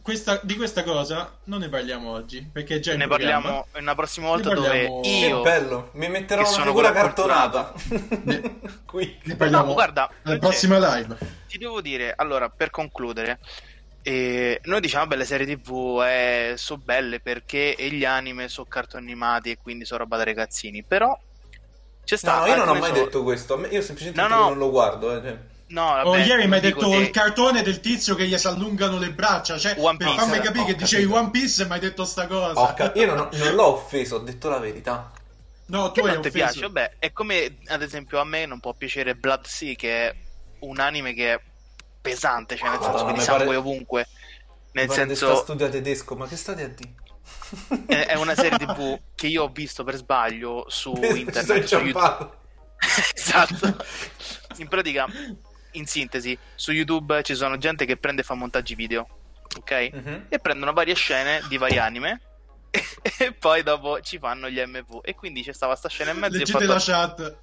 Speaker 4: questa- di questa cosa non ne parliamo oggi perché è già in
Speaker 2: ne
Speaker 4: programma.
Speaker 2: parliamo in una prossima
Speaker 4: Eh, Ne
Speaker 2: volta
Speaker 4: parliamo-
Speaker 2: dove
Speaker 4: Che
Speaker 3: Che
Speaker 2: io
Speaker 3: bello, mi metterò
Speaker 2: che
Speaker 3: una
Speaker 2: sono
Speaker 3: figura
Speaker 2: quello
Speaker 3: cartonata.
Speaker 4: Ne-
Speaker 3: Qui.
Speaker 4: Ne parliamo
Speaker 2: No, guarda,
Speaker 4: alla
Speaker 2: cioè-
Speaker 4: prossima live.
Speaker 2: ti devo dire, allora, per concludere, eh, noi diciamo, beh, le serie tv eh, sono belle perché e gli anime sono cartoni animati e quindi sono roba da ragazzini, però c'è
Speaker 3: No,
Speaker 2: sta...
Speaker 3: no, io non ho
Speaker 2: alcune
Speaker 3: mai
Speaker 2: so-
Speaker 3: detto questo. A me- Io semplicemente
Speaker 2: No,
Speaker 3: dico
Speaker 2: no.
Speaker 3: non lo guardo. eh, cioè.
Speaker 2: No, vabbè,
Speaker 4: Oh, ieri mi hai
Speaker 2: dico eh,
Speaker 4: detto
Speaker 2: te-
Speaker 4: il cartone del tizio che gli si allungano le braccia. Cioè,
Speaker 2: One
Speaker 4: per
Speaker 2: Piece,
Speaker 4: farmi
Speaker 2: eh,
Speaker 4: capire
Speaker 3: ho
Speaker 4: che dicevi
Speaker 3: capito.
Speaker 4: One Piece, mi hai detto sta cosa.
Speaker 3: Ho cap- cioè, io non, ho- non l'ho offeso, ho detto la verità.
Speaker 4: No, tu
Speaker 2: Che
Speaker 4: hai
Speaker 2: non ti
Speaker 4: offeso.
Speaker 2: piace? Vabbè, è come ad esempio a me non può piacere Blood Sea, che è un anime che è pesante, cioè nel senso
Speaker 3: Madonna,
Speaker 2: che di
Speaker 3: mi pare-
Speaker 2: sangue ovunque. Nel
Speaker 3: Guarda,
Speaker 2: senso,
Speaker 3: sta studio tedesco, ma che state a dire?
Speaker 2: è, è una serie TV che io ho visto per sbaglio su
Speaker 3: Sto
Speaker 2: Oh, internet, su YouTube.
Speaker 3: inciampato.
Speaker 2: esatto. In pratica, in sintesi, su YouTube ci sono gente che prende e fa montaggi video, ok?
Speaker 3: Mhm.
Speaker 2: E prendono varie scene di vari anime e poi dopo ci fanno gli MV. E quindi c'è stava sta scena in mezzo e ho
Speaker 4: Leggete
Speaker 2: fatto,
Speaker 4: la chat.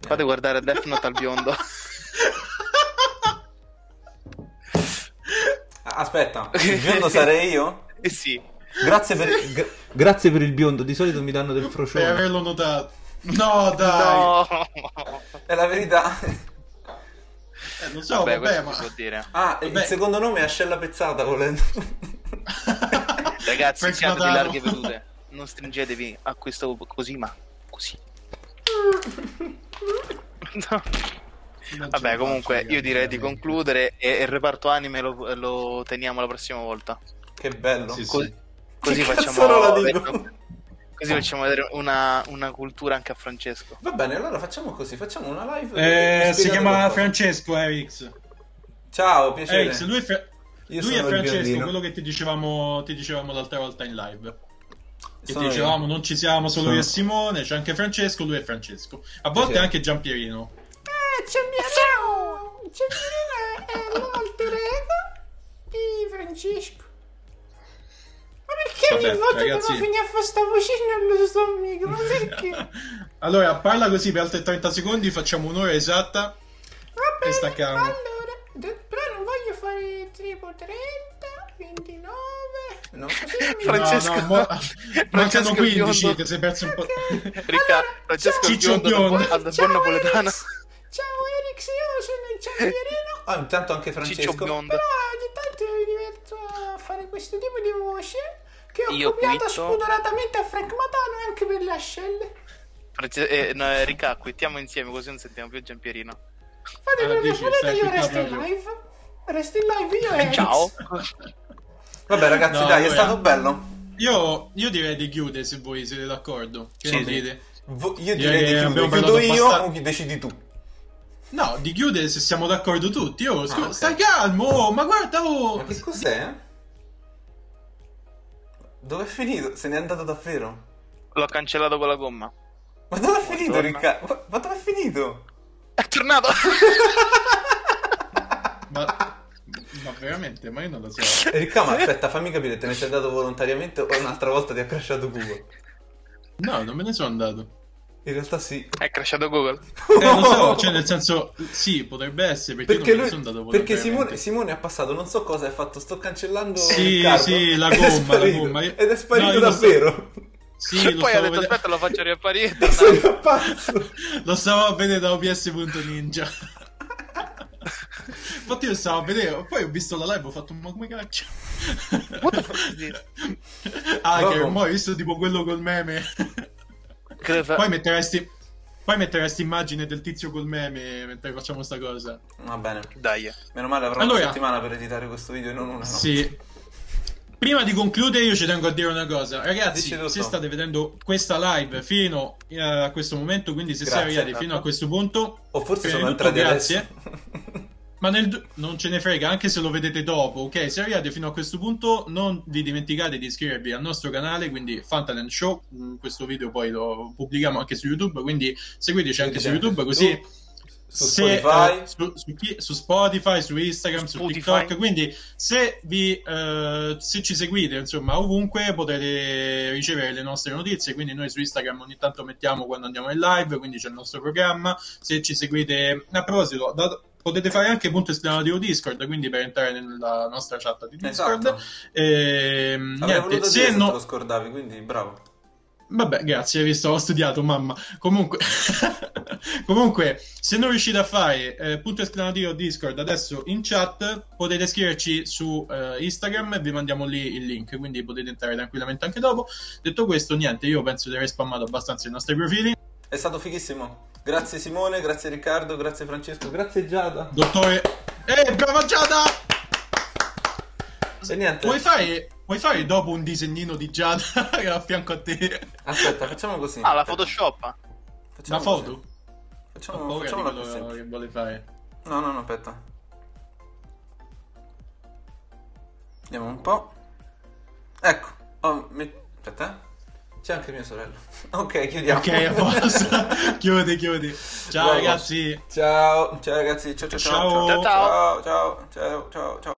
Speaker 2: fate guardare Death Note al biondo.
Speaker 3: Ah, Aspetta, il biondo sarei io?
Speaker 2: Eh sì.
Speaker 3: Grazie per, gra- grazie per il biondo, di solito mi danno del
Speaker 4: Per
Speaker 3: frocione.
Speaker 4: averlo notato. No, dai.
Speaker 2: No.
Speaker 3: È la verità.
Speaker 4: Eh, non so,
Speaker 2: Vabbè,
Speaker 4: vabbè,
Speaker 2: questo si può
Speaker 4: ma...
Speaker 2: dire.
Speaker 3: Ah, il
Speaker 4: Vabbè.
Speaker 3: secondo nome è Ascella Pezzata, volendo.
Speaker 2: Ragazzi,
Speaker 4: Frank
Speaker 2: siate di
Speaker 4: Matano.
Speaker 2: larghe vedute. Non stringetevi a questo così, ma così. No.
Speaker 4: Non ce
Speaker 2: Vabbè,
Speaker 4: la
Speaker 2: comunque,
Speaker 4: faccio,
Speaker 2: io direi di
Speaker 4: ragazzi.
Speaker 2: concludere e il reparto anime lo, lo teniamo la prossima volta.
Speaker 3: Che bello.
Speaker 4: Sì,
Speaker 2: Co-
Speaker 4: sì.
Speaker 2: Così
Speaker 3: Che cazzo
Speaker 2: facciamo,
Speaker 3: non la
Speaker 2: vedere-
Speaker 3: dico?
Speaker 2: così facciamo vedere una, una cultura anche a Francesco.
Speaker 3: Va bene, allora facciamo così, facciamo una live.
Speaker 4: Eh,
Speaker 3: dove
Speaker 4: si
Speaker 3: spiegate
Speaker 4: chiama
Speaker 3: qualcosa.
Speaker 4: Francesco Erix.
Speaker 3: Ciao, piacere.
Speaker 4: Erix, lui è, Fra-
Speaker 3: Eh, Io
Speaker 4: lui
Speaker 3: sono
Speaker 4: è
Speaker 3: il
Speaker 4: Francesco,
Speaker 3: biondino.
Speaker 4: quello che ti dicevamo, ti dicevamo l'altra volta in live. Che
Speaker 3: Sono
Speaker 4: ti dicevamo, non ci siamo solo
Speaker 3: Sono-
Speaker 4: io e Simone, c'è anche Francesco, lui è Francesco. A volte
Speaker 3: Piacere.
Speaker 4: anche Giampierino. Vabbè, ragazzi. allora, parla così per altri 30 secondi, facciamo un'ora esatta e stacchiamo.
Speaker 3: io. No?
Speaker 2: Francesco,
Speaker 4: No, no, mo-
Speaker 2: Francesco
Speaker 4: mancano 15,
Speaker 2: Biondo.
Speaker 4: ti sei perso un po'.
Speaker 2: Ricca, Francesco
Speaker 4: Ciccio
Speaker 2: Biondo,
Speaker 4: Biondo.
Speaker 2: al buon napoletano. Eh.
Speaker 3: Ciao Erix, io sono il Ciampierino. Ah, intanto anche Francesco.
Speaker 2: Ciccio Biondo.
Speaker 3: eh, ogni tanto mi diverto a fare questo tipo di voce che ho
Speaker 2: Io
Speaker 3: copiato
Speaker 2: quitto.
Speaker 3: spudoratamente a Frank Matano e anche per le ascelle.
Speaker 2: Frances- eh, no, eh, Ricca, quittiamo insieme così non sentiamo più Giampierino.
Speaker 3: Fate
Speaker 4: Ah,
Speaker 3: quello che
Speaker 4: dici,
Speaker 3: volete,
Speaker 4: stai
Speaker 3: io
Speaker 4: qui
Speaker 3: resto in
Speaker 4: proprio.
Speaker 3: live. Resto in live io e
Speaker 2: Ciao.
Speaker 3: Vabbè ragazzi,
Speaker 4: No,
Speaker 3: dai, è
Speaker 4: allora-
Speaker 3: stato bello.
Speaker 4: Io, io direi di chiudere se voi siete d'accordo. Che
Speaker 2: Sì,
Speaker 4: ne
Speaker 2: sì.
Speaker 4: dite?
Speaker 3: Vo- io direi di
Speaker 4: Direi che
Speaker 3: chiudere.
Speaker 4: abbiamo
Speaker 3: Chiudo
Speaker 4: parlato
Speaker 3: io
Speaker 4: abbastan-
Speaker 3: o chi decidi tu?
Speaker 4: No, di chiudere se siamo d'accordo tutti. Oh, scu-
Speaker 3: ok.
Speaker 4: stai calmo, oh, ma guarda, oh.
Speaker 3: Ma che cos'è? Dove è finito? Se n'è andato davvero?
Speaker 2: L'ho cancellato con la gomma.
Speaker 3: Ma dove è finito
Speaker 2: Buongiorno.
Speaker 3: Riccardo? Ma dove è finito?
Speaker 2: È tornato!
Speaker 4: Ma, ma veramente, ma io non lo so.
Speaker 3: Ricca, ma aspetta, fammi capire, te ne sei andato volontariamente o un'altra volta ti ha crashato Google?
Speaker 4: No, non me ne sono andato.
Speaker 3: In realtà sì.
Speaker 2: È crashato Google.
Speaker 4: Eh, lo so, cioè nel senso, sì, potrebbe essere, perché,
Speaker 3: Perché,
Speaker 4: io non
Speaker 3: lui-
Speaker 4: me ne sono andato
Speaker 3: perché Simone,
Speaker 4: volontariamente.
Speaker 3: Simone ha passato, non so cosa ha fatto, sto cancellando
Speaker 4: Sì,
Speaker 3: Riccardo,
Speaker 4: sì, la
Speaker 3: ed è
Speaker 4: gomma, la
Speaker 3: sparito,
Speaker 4: gomma. Io-
Speaker 3: Ed è sparito
Speaker 4: No, io lo so.
Speaker 3: davvero.
Speaker 4: Sì, lo
Speaker 2: Poi ha
Speaker 4: stavo,
Speaker 2: detto,
Speaker 4: vedendo,
Speaker 2: aspetta, lo faccio riapparire. è
Speaker 3: Sono
Speaker 2: tornato.
Speaker 3: un pazzo.
Speaker 4: lo stavo a vedere da OBS.ninja. Infatti io stavo a vedere, poi ho visto la live, ho fatto, ma come cacchio?
Speaker 2: What the fuck is this?
Speaker 4: Ah, che
Speaker 3: Vabbè. Eh.
Speaker 4: ormai ho visto tipo quello col meme.
Speaker 2: Credo fa-
Speaker 4: Poi metteresti, poi metteresti immagine del tizio col meme mentre facciamo sta cosa.
Speaker 3: Va bene.
Speaker 2: Dai.
Speaker 3: Meno male avrò
Speaker 4: Allora.
Speaker 3: una settimana per editare questo video e non una. no.
Speaker 4: Sì. Prima di concludere, io ci tengo a dire una cosa, ragazzi.
Speaker 3: Dici tutto.
Speaker 4: Se state vedendo questa live fino eh, a questo momento, quindi se
Speaker 3: Grazie,
Speaker 4: siete arrivati
Speaker 3: esatto.
Speaker 4: fino a questo punto,
Speaker 3: O forse
Speaker 4: prima
Speaker 3: sono
Speaker 4: di tutto
Speaker 3: entrati
Speaker 4: grazie.
Speaker 3: adesso.
Speaker 4: Ma nel du- non ce ne frega, anche se lo vedete dopo, ok? Se arrivate fino a questo punto, non vi dimenticate di iscrivervi al nostro canale, quindi Fantaland Show. Mm, Questo video poi lo pubblichiamo anche su YouTube, quindi seguiteci anche su YouTube, così
Speaker 3: Su
Speaker 4: se,
Speaker 3: Spotify.
Speaker 4: eh, su, su chi- su Spotify, su Instagram, su
Speaker 2: Spotify.
Speaker 4: TikTok. Quindi se, vi, eh, se ci seguite, insomma, ovunque potete ricevere le nostre notizie. Quindi noi su Instagram ogni tanto mettiamo quando andiamo in live, quindi c'è il nostro programma. Se ci seguite, a proposito, da- potete fare anche punto esclamativo Discord, quindi per entrare nella nostra chat di Discord.
Speaker 3: Esatto.
Speaker 4: Ehm,
Speaker 3: Avrei
Speaker 4: niente,
Speaker 3: voluto
Speaker 4: se
Speaker 3: dire se
Speaker 4: no...
Speaker 3: te lo scordavi, quindi bravo.
Speaker 4: Vabbè, grazie, hai visto, ho studiato, mamma. Comunque, comunque se non riuscite a fare eh, punto esclamativo Discord adesso in chat, potete scriverci su eh, Instagram e vi mandiamo lì il link, quindi potete entrare tranquillamente anche dopo. Detto questo, niente, io penso di aver spammato abbastanza i nostri profili.
Speaker 3: È stato fighissimo. Grazie Simone, grazie Riccardo, grazie Francesco, grazie Giada.
Speaker 4: Dottore... Eh, brava Giada!
Speaker 3: E niente.
Speaker 4: Puoi fare, puoi fare dopo un disegnino di Giada che è a fianco a te?
Speaker 3: Aspetta, facciamo così.
Speaker 2: Ah, la Photoshop.
Speaker 3: Facciamo
Speaker 4: Una
Speaker 3: così.
Speaker 4: foto? Ho
Speaker 3: Facciamo,
Speaker 4: paura
Speaker 3: facciamola
Speaker 4: di
Speaker 3: più
Speaker 4: quello
Speaker 3: semplice.
Speaker 4: che vuole fare.
Speaker 3: No, no, no, aspetta. Vediamo un po'. Ecco. Oh, mi- Aspetta. eh. C'è anche mia sorella. Ok, chiudiamo.
Speaker 4: Ok, a posto. chiudi, chiudi. Ciao
Speaker 3: Bravo.
Speaker 4: ragazzi.
Speaker 3: Ciao, ciao ragazzi, ciao ciao ciao
Speaker 4: Ciao.
Speaker 3: ciao ciao ciao ciao ciao. ciao.